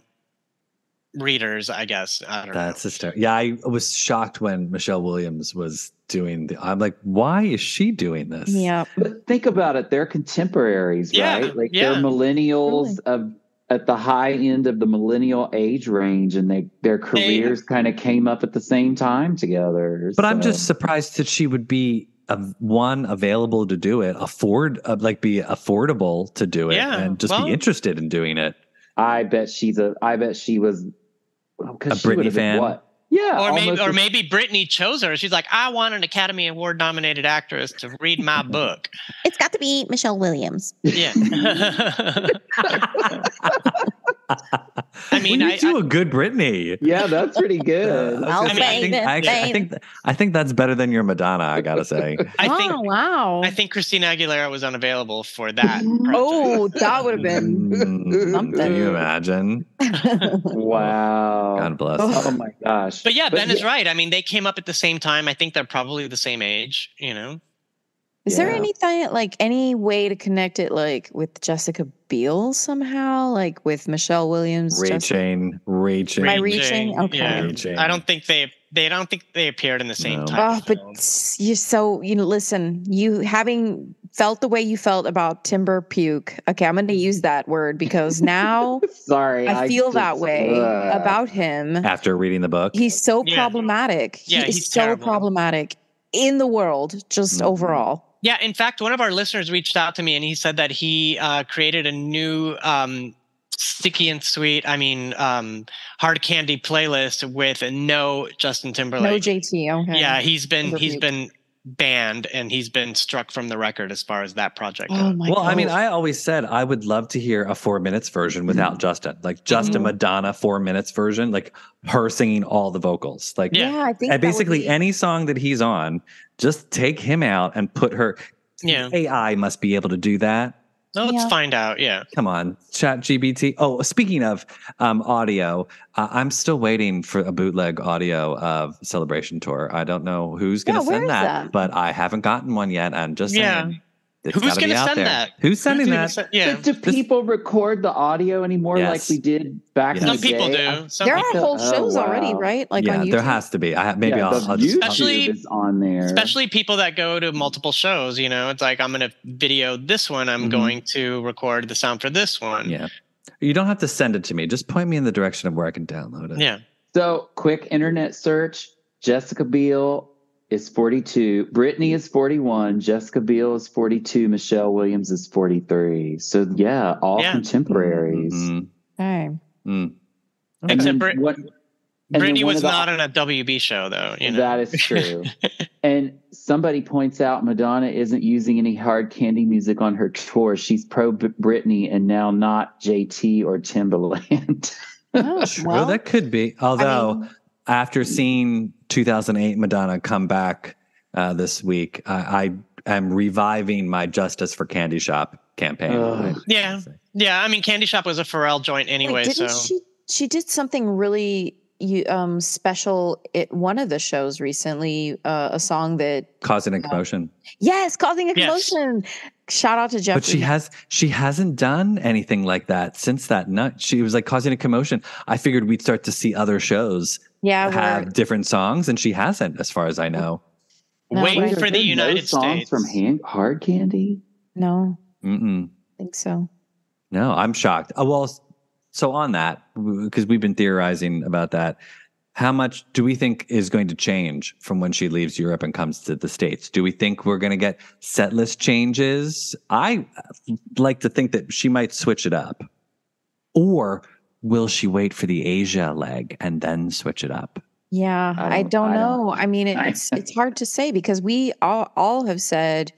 A: readers. I guess I don't
D: [LAUGHS] That's hysterical. Yeah, I was shocked when Michelle Williams was doing the. I'm like, why is she doing this?
C: Yeah.
B: But think about it; they're contemporaries,
A: Yeah,
B: right? Like
A: yeah.
B: they're millennials of at the high end of the millennial age range, and they their careers kind of came up at the same time together.
D: But I'm
B: so.
D: just surprised that she would be av- one available to do it, afford uh, like be affordable to do it,
A: Yeah,
D: and just
A: well-
D: be interested in doing it.
B: I bet she's a. I bet she was
D: A
B: she would
D: Britney
B: have been
D: fan?
B: What? Yeah,
A: know. Or maybe,
B: almost
A: or
B: as-
A: maybe Brittany chose her. She's like, I want an Academy Award nominated actress to read my book.
C: It's got to be Michelle Williams.
A: Yeah. [LAUGHS] I mean,
D: Well, you
A: I-
D: do
A: I-
D: a good Britney.
B: Yeah, that's pretty
C: [LAUGHS]
B: good.
D: Uh, [LAUGHS] I, was
A: I'll
D: gonna say, I think,
C: bathe
D: I,
C: it,
D: I think I think that's better than your Madonna. I
B: [LAUGHS]
D: gotta say.
A: I think
C: oh wow.
A: I think Christina Aguilera was unavailable for that.
C: oh, that would have been.
D: Mm, Can
C: Something.
D: you imagine?
B: wow.
D: God bless.
B: Oh my gosh.
A: But yeah,
B: But
A: Ben is [LAUGHS]
B: yeah.
A: right. I mean, they came up at the same time. I think they're probably the same age, you know?
C: Is there
B: Yeah.
C: anything like any way to connect it like with Jessica Biel somehow, like with Michelle Williams? Jessica-
D: Reaching, reaching,
C: By
A: Ray
C: reaching?
A: Jane,
C: Okay.
A: yeah.
D: reaching.
A: I don't think they they don't think they appeared in the same
D: No.
A: time.
C: Oh, but s- you so you know, listen, you having felt the way you felt about timber puke. Okay, I'm going to use that word because [LAUGHS] now
B: [LAUGHS] Sorry.
C: I feel that
B: just- uh,
C: way
B: Ugh.
C: about him.
D: After reading the book,
C: He's so
A: Yeah.
C: problematic.
A: Yeah,
C: he is
A: he's
C: so
A: terrible.
C: problematic in the world, just
D: Mhm.
C: overall.
A: Yeah, in fact, one of our listeners reached out to me and he said that he uh, created a new um, sticky and sweet, I mean, um, hard candy playlist with no Justin Timberlake.
C: no JT. Okay.
A: Yeah, he's been he's
C: Overview.
A: been banned and he's been struck from the record as far as that project goes.
C: Oh my
D: well, I mean,
C: God.
D: I always said I would love to hear a four minutes version without
B: Mm-hmm.
D: Justin, like just a
C: Mhm.
D: Madonna four minutes version, like her singing all the vocals. Like,
A: Yeah.
C: yeah, I think that
D: and
C: would
D: basically
C: be-
D: any song that he's on, just take him out and put her.
A: Yeah.
D: AI must be able to do that.
A: So let's
C: Yeah.
A: find out. Yeah.
D: Come on, Chat GBT. Oh, speaking of um, audio, uh, I'm still waiting for a bootleg audio of Celebration Tour. I don't know who's going
C: Yeah,
D: to
C: where
D: send
C: is
D: that,
C: that?
D: but I haven't gotten one yet. I'm just
A: Yeah.
D: saying. it's
A: Who's
D: gotta be
A: gonna
D: out
A: send
D: there.
A: that?
D: Who's sending
A: Who do you
D: that?
A: send- Yeah.
B: Do, do people record the audio anymore like
D: Yes.
B: we did back in
D: Yes.
A: Some
B: the
A: people
B: day?
A: do. Some
C: there are
A: people-
C: whole
B: Oh,
C: shows already,
B: wow.
C: right? Like
D: yeah,
C: on YouTube.
D: there has to be. I ha- maybe
B: Yeah,
D: I'll,
B: the
D: I'll just.
B: YouTube
D: I'll-
A: Especially-
B: is on there.
A: Especially people that go to multiple shows, you know, it's like I'm going to video this one, I'm
B: Mm-hmm.
D: Mhm.
A: going to record the sound for this one.
D: yeah, you don't have to send it to me. Just point me in the direction of where I can download it.
A: Yeah.
B: So quick internet search. Jessica Biel is 42. Brittany is 41. Jessica Biel is 42. Michelle Williams is 43. So yeah, all
A: Yeah.
B: contemporaries.
D: Mm, [LAUGHS]
C: Okay.
D: mm.
B: And
A: Except
B: then
A: Brit-
B: what- then
A: Brittany
B: one
A: was
B: of the-
A: not on a WB show, though. You know?
B: That is
A: [LAUGHS]
B: true. and somebody points out Madonna isn't using any hard candy music on her tour. She's pro B- Britney and now not JT or Timbaland. [LAUGHS]
C: Oh,
D: Sure,
C: well,
D: that could be.
C: I
D: Although.
C: mean,
D: after seeing 2008 Madonna come back uh, this week, I, I am reviving my Justice for Candy Shop campaign.
B: Ugh.
A: Yeah. Yeah. I mean, Candy Shop was a Pharrell joint
C: like,
A: anyway. so
C: didn't she? She did something really you, um, special at one of the shows recently. Uh, a song that
D: Causing a commotion,
C: yes, causing a
A: Yes.
C: commotion. Shout out to Jeffrey.
D: but she has she hasn't done anything like that since that night. She was like causing a commotion. I figured we'd start to see other shows
C: yeah, where-
D: have different songs, and she hasn't, as far as I know.
C: no,
A: Wait
C: but I-
A: for
B: Are
A: the
B: there no
A: United
B: songs
A: States.
B: from hand- hard candy.
C: no,
D: Mm-mm.
C: I think so.
D: No, I'm shocked. Uh, well, s- so on that, because we've been theorizing about that, how much do we think is going to change from when she leaves Europe and comes to the States? Do we think we're going to get set list changes? I uh, like to think that she might switch it up. Or will she wait for the Asia leg and then switch it up?
C: Yeah,
B: I
C: I
B: don't-
C: don't,
B: I don't-
C: know. I mean,
B: I-
C: it's it's hard to say because we all all have said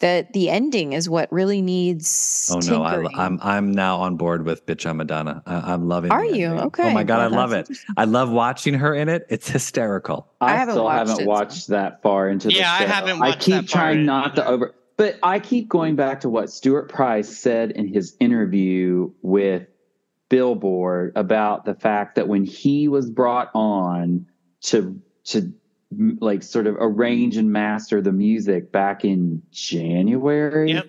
C: that the ending is what really needs.
D: Oh no, I,
C: tinkering.
D: am I'm now on board with bitch I'm Madonna. I, I'm loving.
C: Are
D: the
C: you
D: ending.
C: okay?
D: Oh my god,
C: Well,
D: I love it.
C: that's interesting.
D: I love watching her in it. It's hysterical.
B: I,
C: I haven't
B: still
C: watched
B: haven't
C: it.
B: watched that far into the
A: Yeah, I
B: show.
A: haven't
B: I
A: watched
B: keep
A: that far
B: trying
A: in
B: not to
A: either.
B: over but I keep going back to what Stuart Price said in his interview with Billboard about the fact that when he was brought on to to m- like sort of arrange and master the music back in January
A: Yep.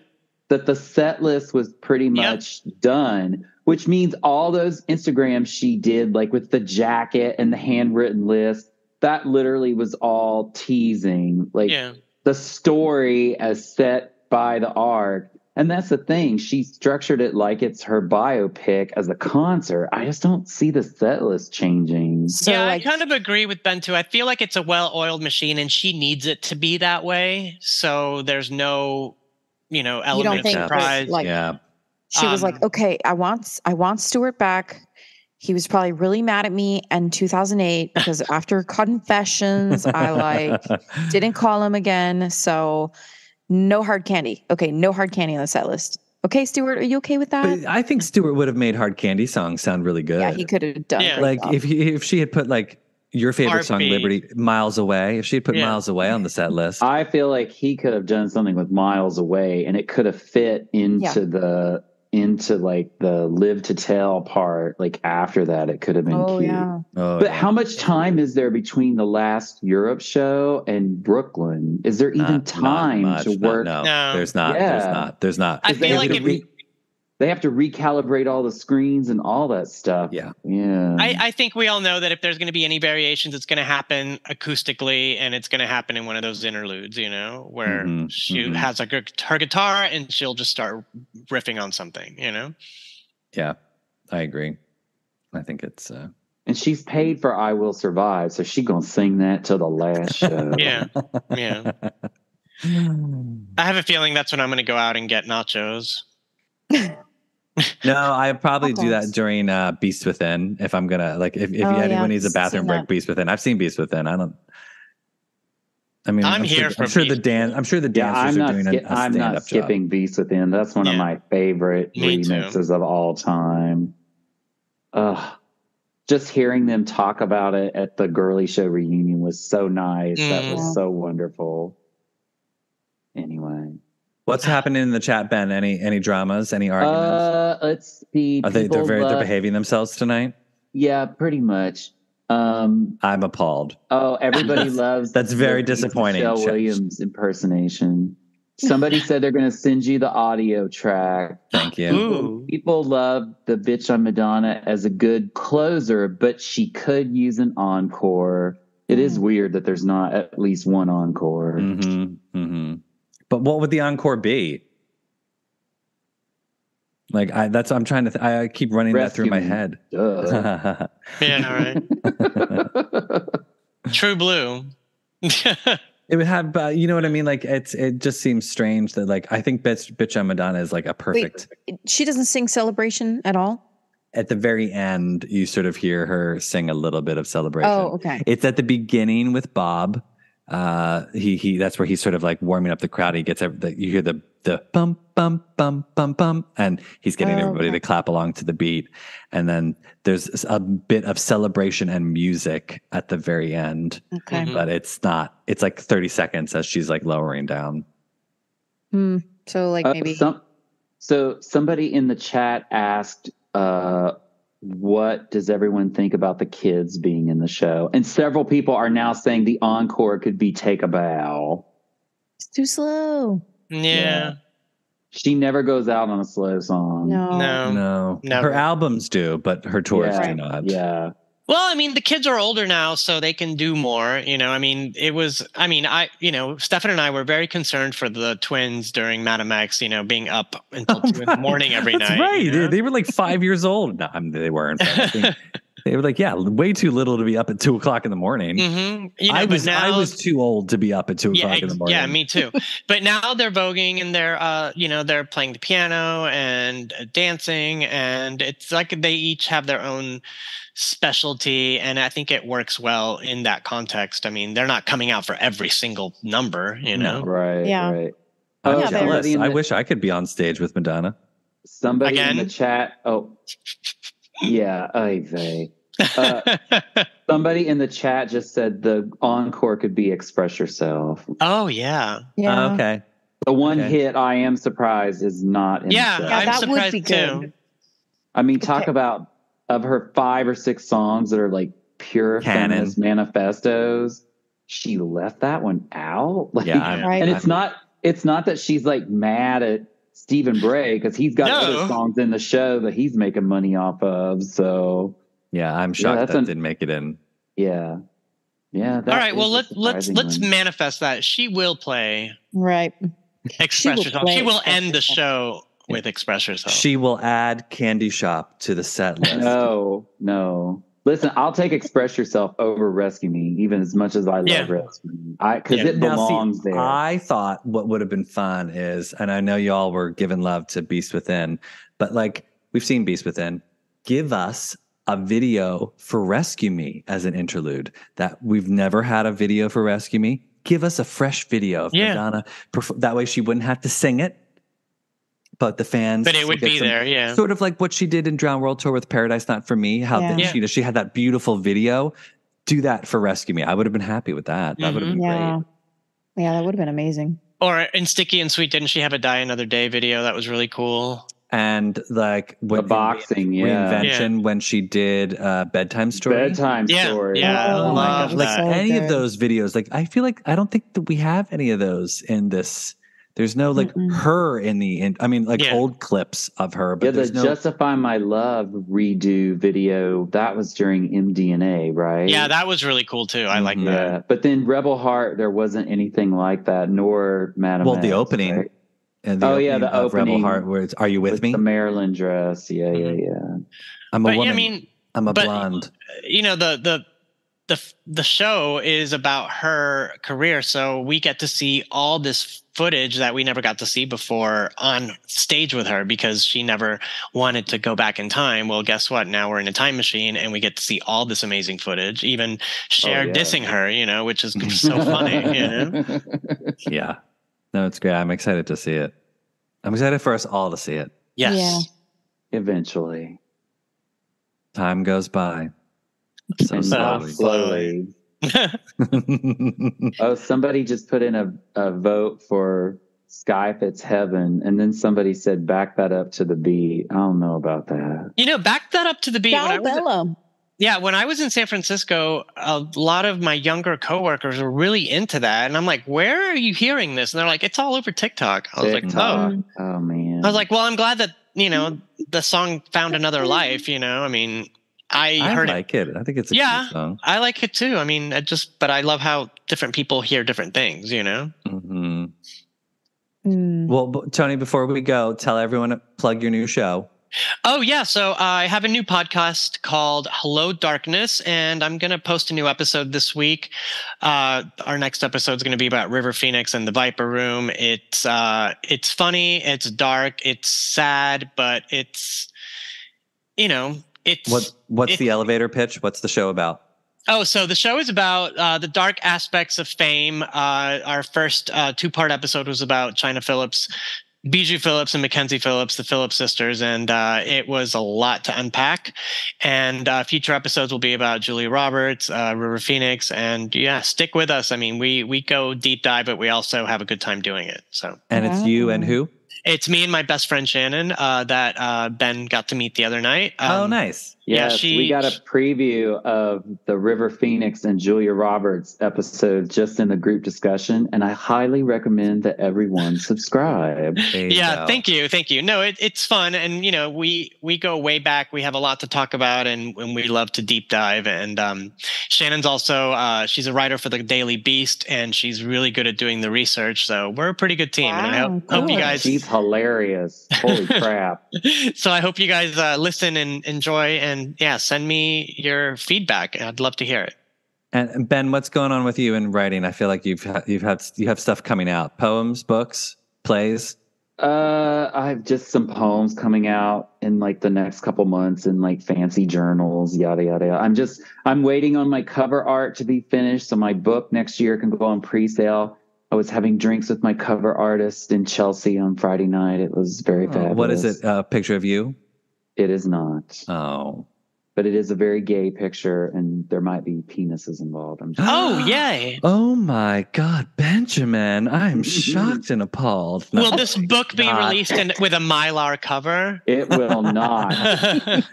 B: that the set list was pretty
A: Yep.
B: much done which means all those Instagrams she did like with the jacket and the handwritten list that literally was all teasing like
A: yeah.
B: the story as set by the art. And that's the thing. She structured it like it's her biopic as a concert. I just don't see the set list changing.
C: So
A: yeah,
C: like,
A: I kind of agree with Ben too. I feel like it's a well-oiled machine, and she needs it to be that way. So there's no, you know,
C: you
A: element
C: don't
A: of
C: think
D: it's
A: surprise.
C: like
D: yeah.
C: she was like,
A: Um,
C: okay, I want S- I want Stuart back. He was probably really mad at me in
D: [LAUGHS]
C: 2008 because after confessions, I like didn't call him again. So no hard candy. Okay, no hard candy on the set list. Okay, Stuart, are you okay with that?
D: But I think Stuart would have made Hard Candy song sound really good.
C: yeah, he could have done.
A: Yeah.
C: pretty
D: like
C: well.
D: if he, if she had put like your favorite song
A: RP.
D: Liberty Miles Away, if she had put
A: Yeah.
D: Miles Away on the set list,
B: I feel like he could have done something with Miles Away, and it could have fit into
C: Yeah.
B: the into like the live to tell part. Like after that, it could have been
C: oh
B: cute.
C: yeah,
D: oh,
B: But
D: yeah.
B: how much time is there between the last Europe show and Brooklyn? Is there even
D: Not- not
B: time
D: much,
B: to
D: not-
B: work?
D: No,
A: No.
D: there's not.
B: Yeah.
D: There's not. There's not.
A: I
B: 'Cause they
A: feel like
B: have to
A: if
B: re- they have to recalibrate all the screens and all that stuff.
D: Yeah.
B: yeah.
A: I, I think we all know that if there's going to be any variations, it's going to happen acoustically, and it's going to happen in one of those interludes, you know, where
D: Mhm,
A: she
D: mhm.
A: has like her, her guitar and she'll just start riffing on something, you know.
D: Yeah, I agree. I think it's. Uh,
B: and she's paid for "I Will Survive," so she gonna sing that till the
D: [LAUGHS]
B: last show. [LAUGHS]
A: Yeah, yeah. I have a feeling that's when I'm going to go out and get nachos.
D: No, I probably do that
C: Sometimes.
D: during uh, Beast Within if I'm gonna like if, if
C: Oh,
D: anyone
C: yeah,
D: needs a
C: I've
D: bathroom
C: seen
D: break,
C: that.
D: Beast Within. I've seen Beast Within. I don't. I mean,
A: I'm
D: sure-
A: here
D: I'm
A: for
D: sure the
A: Beast
D: dan-
A: Within.
D: I'm sure the
B: Yeah, I'm
D: dancers
B: not.
D: are doing
B: skip-
D: a, a
B: I'm
D: stand-up
B: not
D: job.
B: skipping Beast Within. That's one of
A: Yeah.
B: my favorite
A: Me too.
B: remixes of all time. Ugh. Just hearing them talk about it at the Girly Show reunion was so nice. That
C: Mm.
B: was so wonderful. Anyway,
D: What's happening in the chat, Ben? Any any dramas? Any arguments?
B: uh, let's see.
D: are they they're
B: people uh,
D: very they're
B: love-
D: behaving themselves tonight?
B: Yeah, pretty much. Um,
D: I'm appalled.
B: Oh,
D: [LAUGHS]
B: everybody loves
D: That's very
B: the Keith
D: disappointing,
B: Michelle
D: Chef.
B: Williams impersonation. Somebody said they're going to send you the audio track.
D: Thank you.
A: Ooh,
B: People love the bitch on Madonna as a good closer, but she could use an encore. It is
C: Mm.
B: weird that there's not at least one encore.
D: Mm-hmm, mm-hmm. But what would the encore be? Like I, that's I'm trying to. Th- I keep running that through my
B: Rescue Me.
D: head.
B: Duh.
D: [LAUGHS]
A: yeah, right. True Blue. [LAUGHS]
D: It would have, but you know what I mean. Like it's, it just seems strange that like I think bitch, bitch on Madonna is like a perfect.
C: she doesn't sing celebration at all.
D: At the very end, you sort of hear her sing a little bit of celebration.
C: Oh, okay.
D: It's at the beginning with Bob. Uh, he he. That's where he's sort of like warming up the crowd. He gets every, you hear the the bump bump bump bump bump, and he's getting
C: Oh,
D: everybody
C: okay.
D: to clap along to the beat. And then there's a bit of celebration and music at the very end,
C: Okay.
A: Mhm.
D: but it's not. It's like thirty seconds as she's like lowering down.
A: Mm-hmm.
C: Hmm. So [LAUGHS] like
B: Uh,
C: maybe
B: some- so somebody in the chat asked, uh, "What does everyone think about the kids being in the show?" And several people are now saying the encore could be "Take a Bow."
C: it's too slow.
A: yeah.
B: She never goes out on a slow song.
C: No.
A: No.
D: no,
A: never.
D: her albums do, but her tours
B: Yeah,
D: do
A: [LAUGHS]
D: not.
B: Yeah.
A: Well, I mean, the kids are older now, so they can do more. You know, I mean, it was, I mean, I, you know, Stefan and I were very concerned for the twins during Madame X, you know, being up
D: [LAUGHS]
A: until two in the morning every
D: That's
A: night.
D: Oh right.
A: you
D: They-
A: know?
D: They were like five years old. No, I mean, they weren't. but
A: [LAUGHS]
D: I think they were like, yeah, way too little to be up at two o'clock in the morning.
A: hmm You know,
D: I
A: but
D: was
A: now,
D: I was too old to be up at two
A: yeah,
D: o'clock in
A: ex-
D: the morning.
A: yeah, me too. but now they're voguing and they're, uh, you know, they're playing the piano and uh, dancing, and it's like they each have their own specialty, and I think it works well in that context. I mean, they're not coming out for every single number, you know.
B: Right.
C: Yeah.
B: Right.
D: I'm
B: Oh,
C: yeah,
D: jealous.
B: they're-
D: I wish I could be on stage with Madonna.
B: Somebody
A: Again?
B: in the chat. Oh. Yeah. Ay vey. Uh, Somebody in the chat just said the encore could be "Express Yourself."
A: oh yeah.
C: Yeah.
D: Oh, okay.
B: The one
D: Okay.
B: hit I am surprised is not in
A: Yeah,
B: the set.
C: Yeah,
A: I'm
C: that would
A: surprised
C: be
A: too.
C: good.
B: I mean, talk
C: Okay.
B: about of her five or six songs that are like pure
D: Canon.
B: feminist manifestos. She left that one out. [LAUGHS] Like,
D: Yeah. I'm,
C: Right.
B: and it's not it's not that she's like mad at Stephen Bray because he's got
A: No.
B: other songs in the show that he's making money off of. So
D: yeah, I'm shocked
B: that's
D: that
B: an-
D: didn't make it in.
B: yeah, yeah. that
A: All right.
B: is
A: Well,
B: a
A: let let's
B: surprising
A: let's
B: one.
A: manifest that she will play
C: Right.
A: Mm-hmm. Express
C: will
A: Yourself.
C: play
A: she will
C: Express
A: end the
C: Yourself.
A: show with Express Yourself.
D: She will add Candy Shop to the set list.
B: No, no. Listen, I'll take "Express Yourself" over "Rescue Me," even as much as I love
A: Yeah.
B: "Rescue Me," because
A: Yeah.
B: it
D: Now, see,
B: belongs there.
D: I thought what would have been fun is, and I know y'all were giving love to Beast Within, but like we've seen Beast Within, give us a video for Rescue Me as an interlude. That we've never had a video for Rescue Me. Give us a fresh video of
A: Yeah.
D: Madonna. Perf- that way she wouldn't have to sing it. but the fans.
A: But it
D: still
A: would
D: get
A: be
D: some-
A: there, yeah.
D: Sort of like what she did in Drown World Tour with Paradise Not For Me. How
C: Yeah.
D: the-
A: Yeah.
D: she, she had that beautiful video. Do that for Rescue Me. I would have been happy with that. That would have
A: Mm-hmm.
D: been
C: Yeah.
D: great.
C: Yeah, that would have been amazing.
A: Or in Sticky and Sweet, didn't she have a Die Another Day video? That was really cool.
D: And like
B: The
D: when
B: boxing, yeah.
D: reinvention when she did uh, bedtime story.
B: Bedtime
A: Yeah,
B: story.
A: yeah, I
C: Oh,
A: love
C: that was
D: like
A: that.
C: so
D: any of
C: good.
D: those videos. Like I feel like I don't think that we have any of those in this. There's no like
C: Mm-mm.
D: her in the. In, I mean, like
A: Yeah.
D: old clips of her, but
B: yeah, the
D: there's no.
B: Justify My Love redo video, that was during MDNA, right? Mm-hmm.
A: Yeah, that was really cool too. I like
D: Mhm.
A: that.
B: Yeah, but then Rebel Heart, there wasn't anything like that, nor Madam.
D: Well, the
B: X,
D: opening
B: right?
D: uh, the
B: Oh, yeah,
D: opening
B: the
D: of Rebel
B: opening
D: Heart. Where it's, are you with, me?
B: the Maryland dress. Yeah, yeah,
A: Mm-hmm.
B: yeah.
D: I'm a
A: But yeah,
D: woman.
A: I mean,
D: I'm a
A: but- [LAUGHS]
D: blonde.
A: you know the the the the show is about her career so we get to see all this footage that we never got to see before on stage with her because she never wanted to go back in time well guess what now we're in a time machine and we get to see all this amazing footage even Cher
B: yeah.
A: dissing her you know which is so funny you know
B: [LAUGHS]
D: Yeah. No, it's great. I'm excited to see it. I'm excited for us all to see it.
A: yes
C: Yeah.
B: Eventually,
D: Time goes by. So
B: And uh,
A: So-
D: slowly. [LAUGHS]
B: slowly. Oh, somebody just put in a, a vote for Skype. It's heaven, and then somebody said back that up to the beat. I don't know about that.
A: you know back that up to the beat when I
C: Gal
A: was-
C: Bella.
A: Yeah, when I was in San Francisco, a lot of my younger coworkers were really into that, and I'm like, "Where are you hearing this?" And they're like, "It's all over TikTok." I was like,
B: TikTok. oh. man.
A: "Oh." I was like, "Well, I'm glad that you know the song found another life." You know, I mean, I,
D: I
A: heard it.
D: like it. I think it's a
A: Yeah.
D: cute song.
A: I like it too. I mean, I just, but I love how different people hear different things. You know, Mm-hmm.
D: hmm
C: Mm.
D: Well, b- Tony, before we go, tell everyone to plug your new show.
A: Oh, yeah. So I have a new podcast called Hello Darkness, and I'm going to post a new episode this week. Uh, our next episode is going to be about River Phoenix and the Viper Room. It's uh, it's funny, it's dark, it's sad, but it's you know, it's
D: What What's
A: It- [LAUGHS]
D: the elevator pitch? What's the show about?
A: Oh, so the show is about uh, the dark aspects of fame. Uh, our first uh, two part episode was about China Phillips, Bijou Phillips, and Mackenzie Phillips, the Phillips sisters, and uh, it was a lot to unpack. And uh, future episodes will be about Julia Roberts, uh, River Phoenix, and yeah, stick with us. I mean, we we go deep dive, but we also have a good time doing it. So
D: And it's you and
C: Wow.
D: who?
A: it's me and my best friend Shannon uh, that uh, Ben got to meet the other night.
D: oh,
A: Um,
D: nice.
A: Yeah,
B: Yes,
A: she-
B: we got a preview of the River Phoenix and Julia Roberts episode just in the group discussion, and I highly recommend that everyone subscribe.
D: There you
A: yeah
D: go.
A: thank you thank you no it, it's fun and you know we we go way back we have a lot to talk about and, and we love to deep dive and um, shannon's also uh, she's a writer for the daily beast and she's really good at doing the research so we're a pretty good team and i
C: Wow,
A: hope, hope you
C: cool.
A: guys [LAUGHS]
B: She's hilarious. Holy crap!
A: so i hope you guys uh, listen and enjoy and yeah send me your feedback i'd love to hear it
D: And and Ben, what's going on with you in writing? I feel like you've ha- you've had you have stuff coming out: poems, books, plays.
B: Uh, I have just some poems coming out in like the next couple months in like fancy journals, yada yada. yada. I'm just I'm waiting on my cover art to be finished so my book next year can go on pre-sale. I was having drinks with my cover artist in Chelsea on Friday night. It was very
D: Oh,
B: fabulous.
D: what is it? A picture of you?
B: It is not,
D: Oh,
B: but it is a very gay picture, and there might be penises involved. I'm just,
D: [GASPS]
A: oh yay
D: Oh my God,
B: [LAUGHS]
D: Benjamin! I'm shocked and appalled. No.
A: will this book be
D: Not.
A: released in, with a mylar cover
B: it will
D: [LAUGHS]
B: not.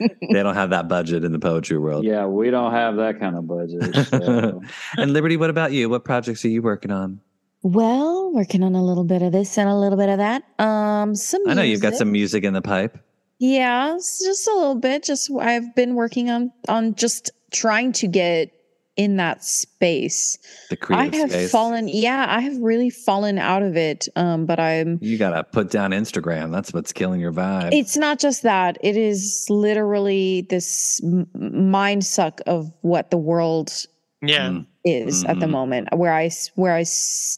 D: they don't have that budget in the poetry world.
B: yeah, we don't have that kind of budget.
D: [LAUGHS]
B: so.
D: And Liberty, what about you? What projects are you working on?
C: Well, working on a little bit of this and a little bit of that. Um, some.
D: I know you've got
C: music.
D: some music in the pipe.
C: Yeah, it's just a little bit. Just I've been working on on just trying to get in that space.
D: The creative
C: I have
D: space.
C: fallen. Yeah, I have really fallen out of it. Um, but I'm.
D: You gotta put down Instagram. That's what's killing your vibe.
C: It's not just that. It is literally this m- mind suck of what the world
A: [LAUGHS] yeah
D: Mm.
C: is at the
D: Mhm.
C: moment where i s- where i s-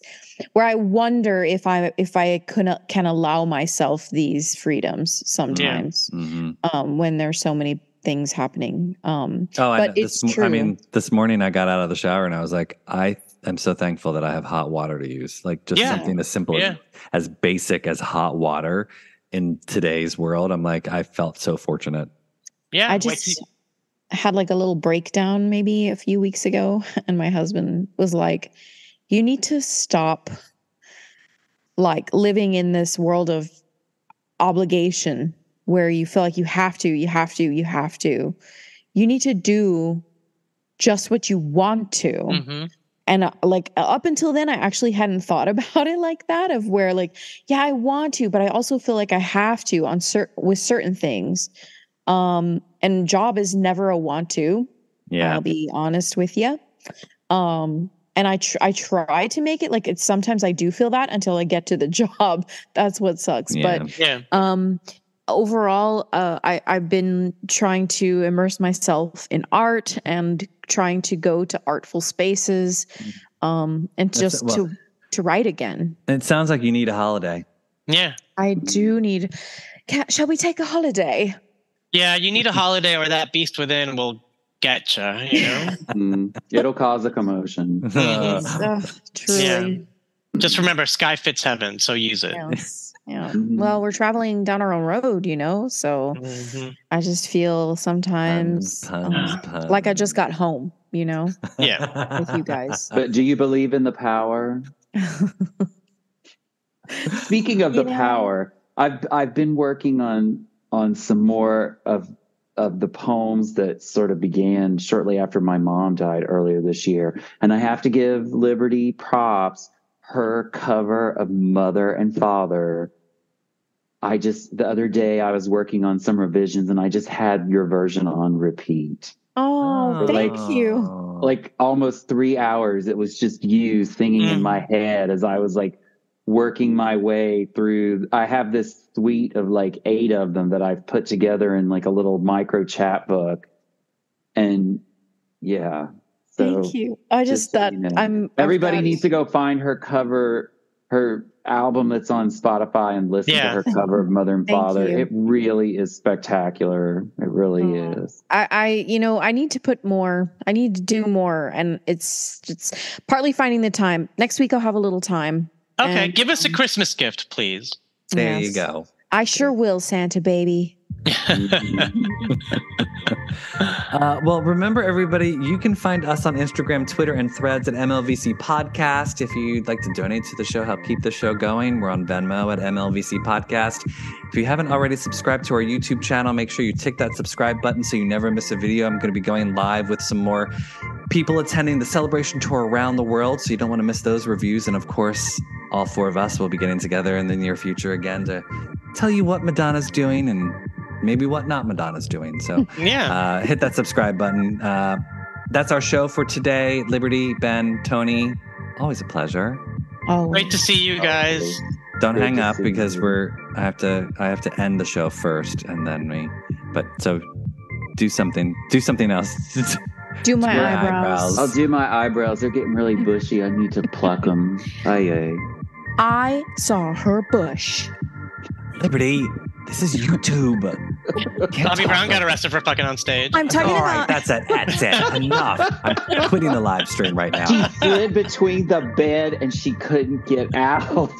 C: where i wonder if i if i can can allow myself these freedoms sometimes
D: Mhm.
C: um when there's so many things happening um
D: Oh, I
C: But
D: know.
C: it's
D: this, mo-
C: true.
D: I mean, this morning I got out of the shower and I was like, I am so thankful that I have hot water to use. Like just
A: Yeah.
D: something as simple
A: Yeah.
D: as, as basic as hot water in today's world. I'm like, I felt so fortunate.
A: Yeah,
C: I
A: wait
C: just
A: till-
C: had like a little breakdown maybe a few weeks ago, [LAUGHS] and my husband was like, "You need to stop like living in this world of obligation where you feel like you have to, you have to, you have to. You need to do just what you want to."
A: Mhm.
C: and uh, like up until then i actually hadn't thought [LAUGHS] about it like that of where like yeah i want to but i also feel like i have to on certain with certain things um and job is never a want to
D: Yeah.
C: I'll be honest with you. Um, and I tr- I try to make it like it's sometimes I do feel that until I get to the [LAUGHS] job. That's what sucks.
D: Yeah.
C: But
A: mm-hmm, Yeah.
C: um overall uh I I've been trying to immerse myself in art and trying to go to artful spaces um and
D: That's-
C: just
D: well-
C: to to write again.
D: And it sounds like you need a holiday.
A: yeah.
C: I do need Ca shall we take a holiday?
A: Yeah, you need a holiday or that beast within will get you, you know?
B: Mm, it'll cause a commotion.
D: Uh,
A: Mm-hmm.
C: Ugh,
D: [LAUGHS]
C: uh, truly.
A: Just remember, sky fits heaven, so use it.
C: Yes. Yeah.
B: Mhm.
C: Well, we're traveling down our own road, you know, so
A: Mhm.
C: I just feel sometimes um, like I just got home, you know,
A: Yeah.
C: with you
D: [LAUGHS]
B: [LAUGHS]
C: guys. [LAUGHS]
B: But do you believe in the power? Speaking of
C: You
B: the
C: know-
B: power, I've I've been working on on some more of of the poems that sort of began shortly after my mom died earlier this year, and I have to give Liberty props. Her cover of Mother and Father. I just the other day I was working on some revisions and I just had your version on repeat.
C: oh, thank
B: like-
C: you.
B: like almost three hours. It was just you singing in
A: Mm.
B: my head as I was like working my way through. I have this suite of like eight of them that I've put together in like a little micro chat book. And yeah. So
C: thank you. I
B: just
C: just,
B: so
C: that
B: you know,
C: I'm I've
B: everybody
C: got-
B: needs to go find her cover, her album that's on Spotify and listen to
A: Yeah.
B: her cover of Mother and
C: [LAUGHS] Thank
B: Father.
C: you.
B: It really is spectacular. It really
C: Aw.
B: is.
C: I, I you know I need to put more I need to do more and it's it's partly finding the time. Next week I'll have a little time.
A: Okay,
C: And,
A: give us a
C: um,
A: Christmas gift, please. [LAUGHS]
D: There you
C: Yes.
D: go.
C: I sure will, Santa baby.
B: Mm-hmm.
C: [LAUGHS]
D: Uh, well, remember, everybody, you can find us on Instagram, Twitter, and threads at MLVC Podcast. If you'd like to donate to the show, help keep the show going, we're on Venmo at MLVC Podcast. If you haven't already subscribed to our YouTube channel, make sure you tick that subscribe button so you never miss a video. I'm going to be going live with some more people attending the celebration tour around the world, so you don't want to miss those reviews. And of course, all four of us will be getting together in the near future again to tell you what Madonna's doing and maybe what not Madonna's doing. So
A: yeah.
D: uh, hit that subscribe button. Uh, that's our show for today. Liberty, Ben, Tony, always a pleasure.
C: Oh,
A: Great to see you guys.
D: Don't
B: Great
D: hang
B: to
D: up
B: see
D: because
B: you.
D: we're. I have to. I have to end the show first, and then we. But so, do something. Do something else. [LAUGHS]
C: do my
D: Your
C: eyebrows.
D: eyebrows.
B: I'll Oh, do my eyebrows. They're getting really bushy. I need to pluck them. Aye, aye.
C: I saw her bush.
D: Liberty, this is YouTube. Can't
A: Bobby
D: talk
A: Brown got
D: like-
A: arrested for fucking on stage.
C: I'm talking
D: All
A: [LAUGHS]
D: right,
C: about
D: that's it. That's it. Enough. I'm quitting the live
A: [LAUGHS]
D: stream right now.
B: She slid between the bed and she couldn't get out.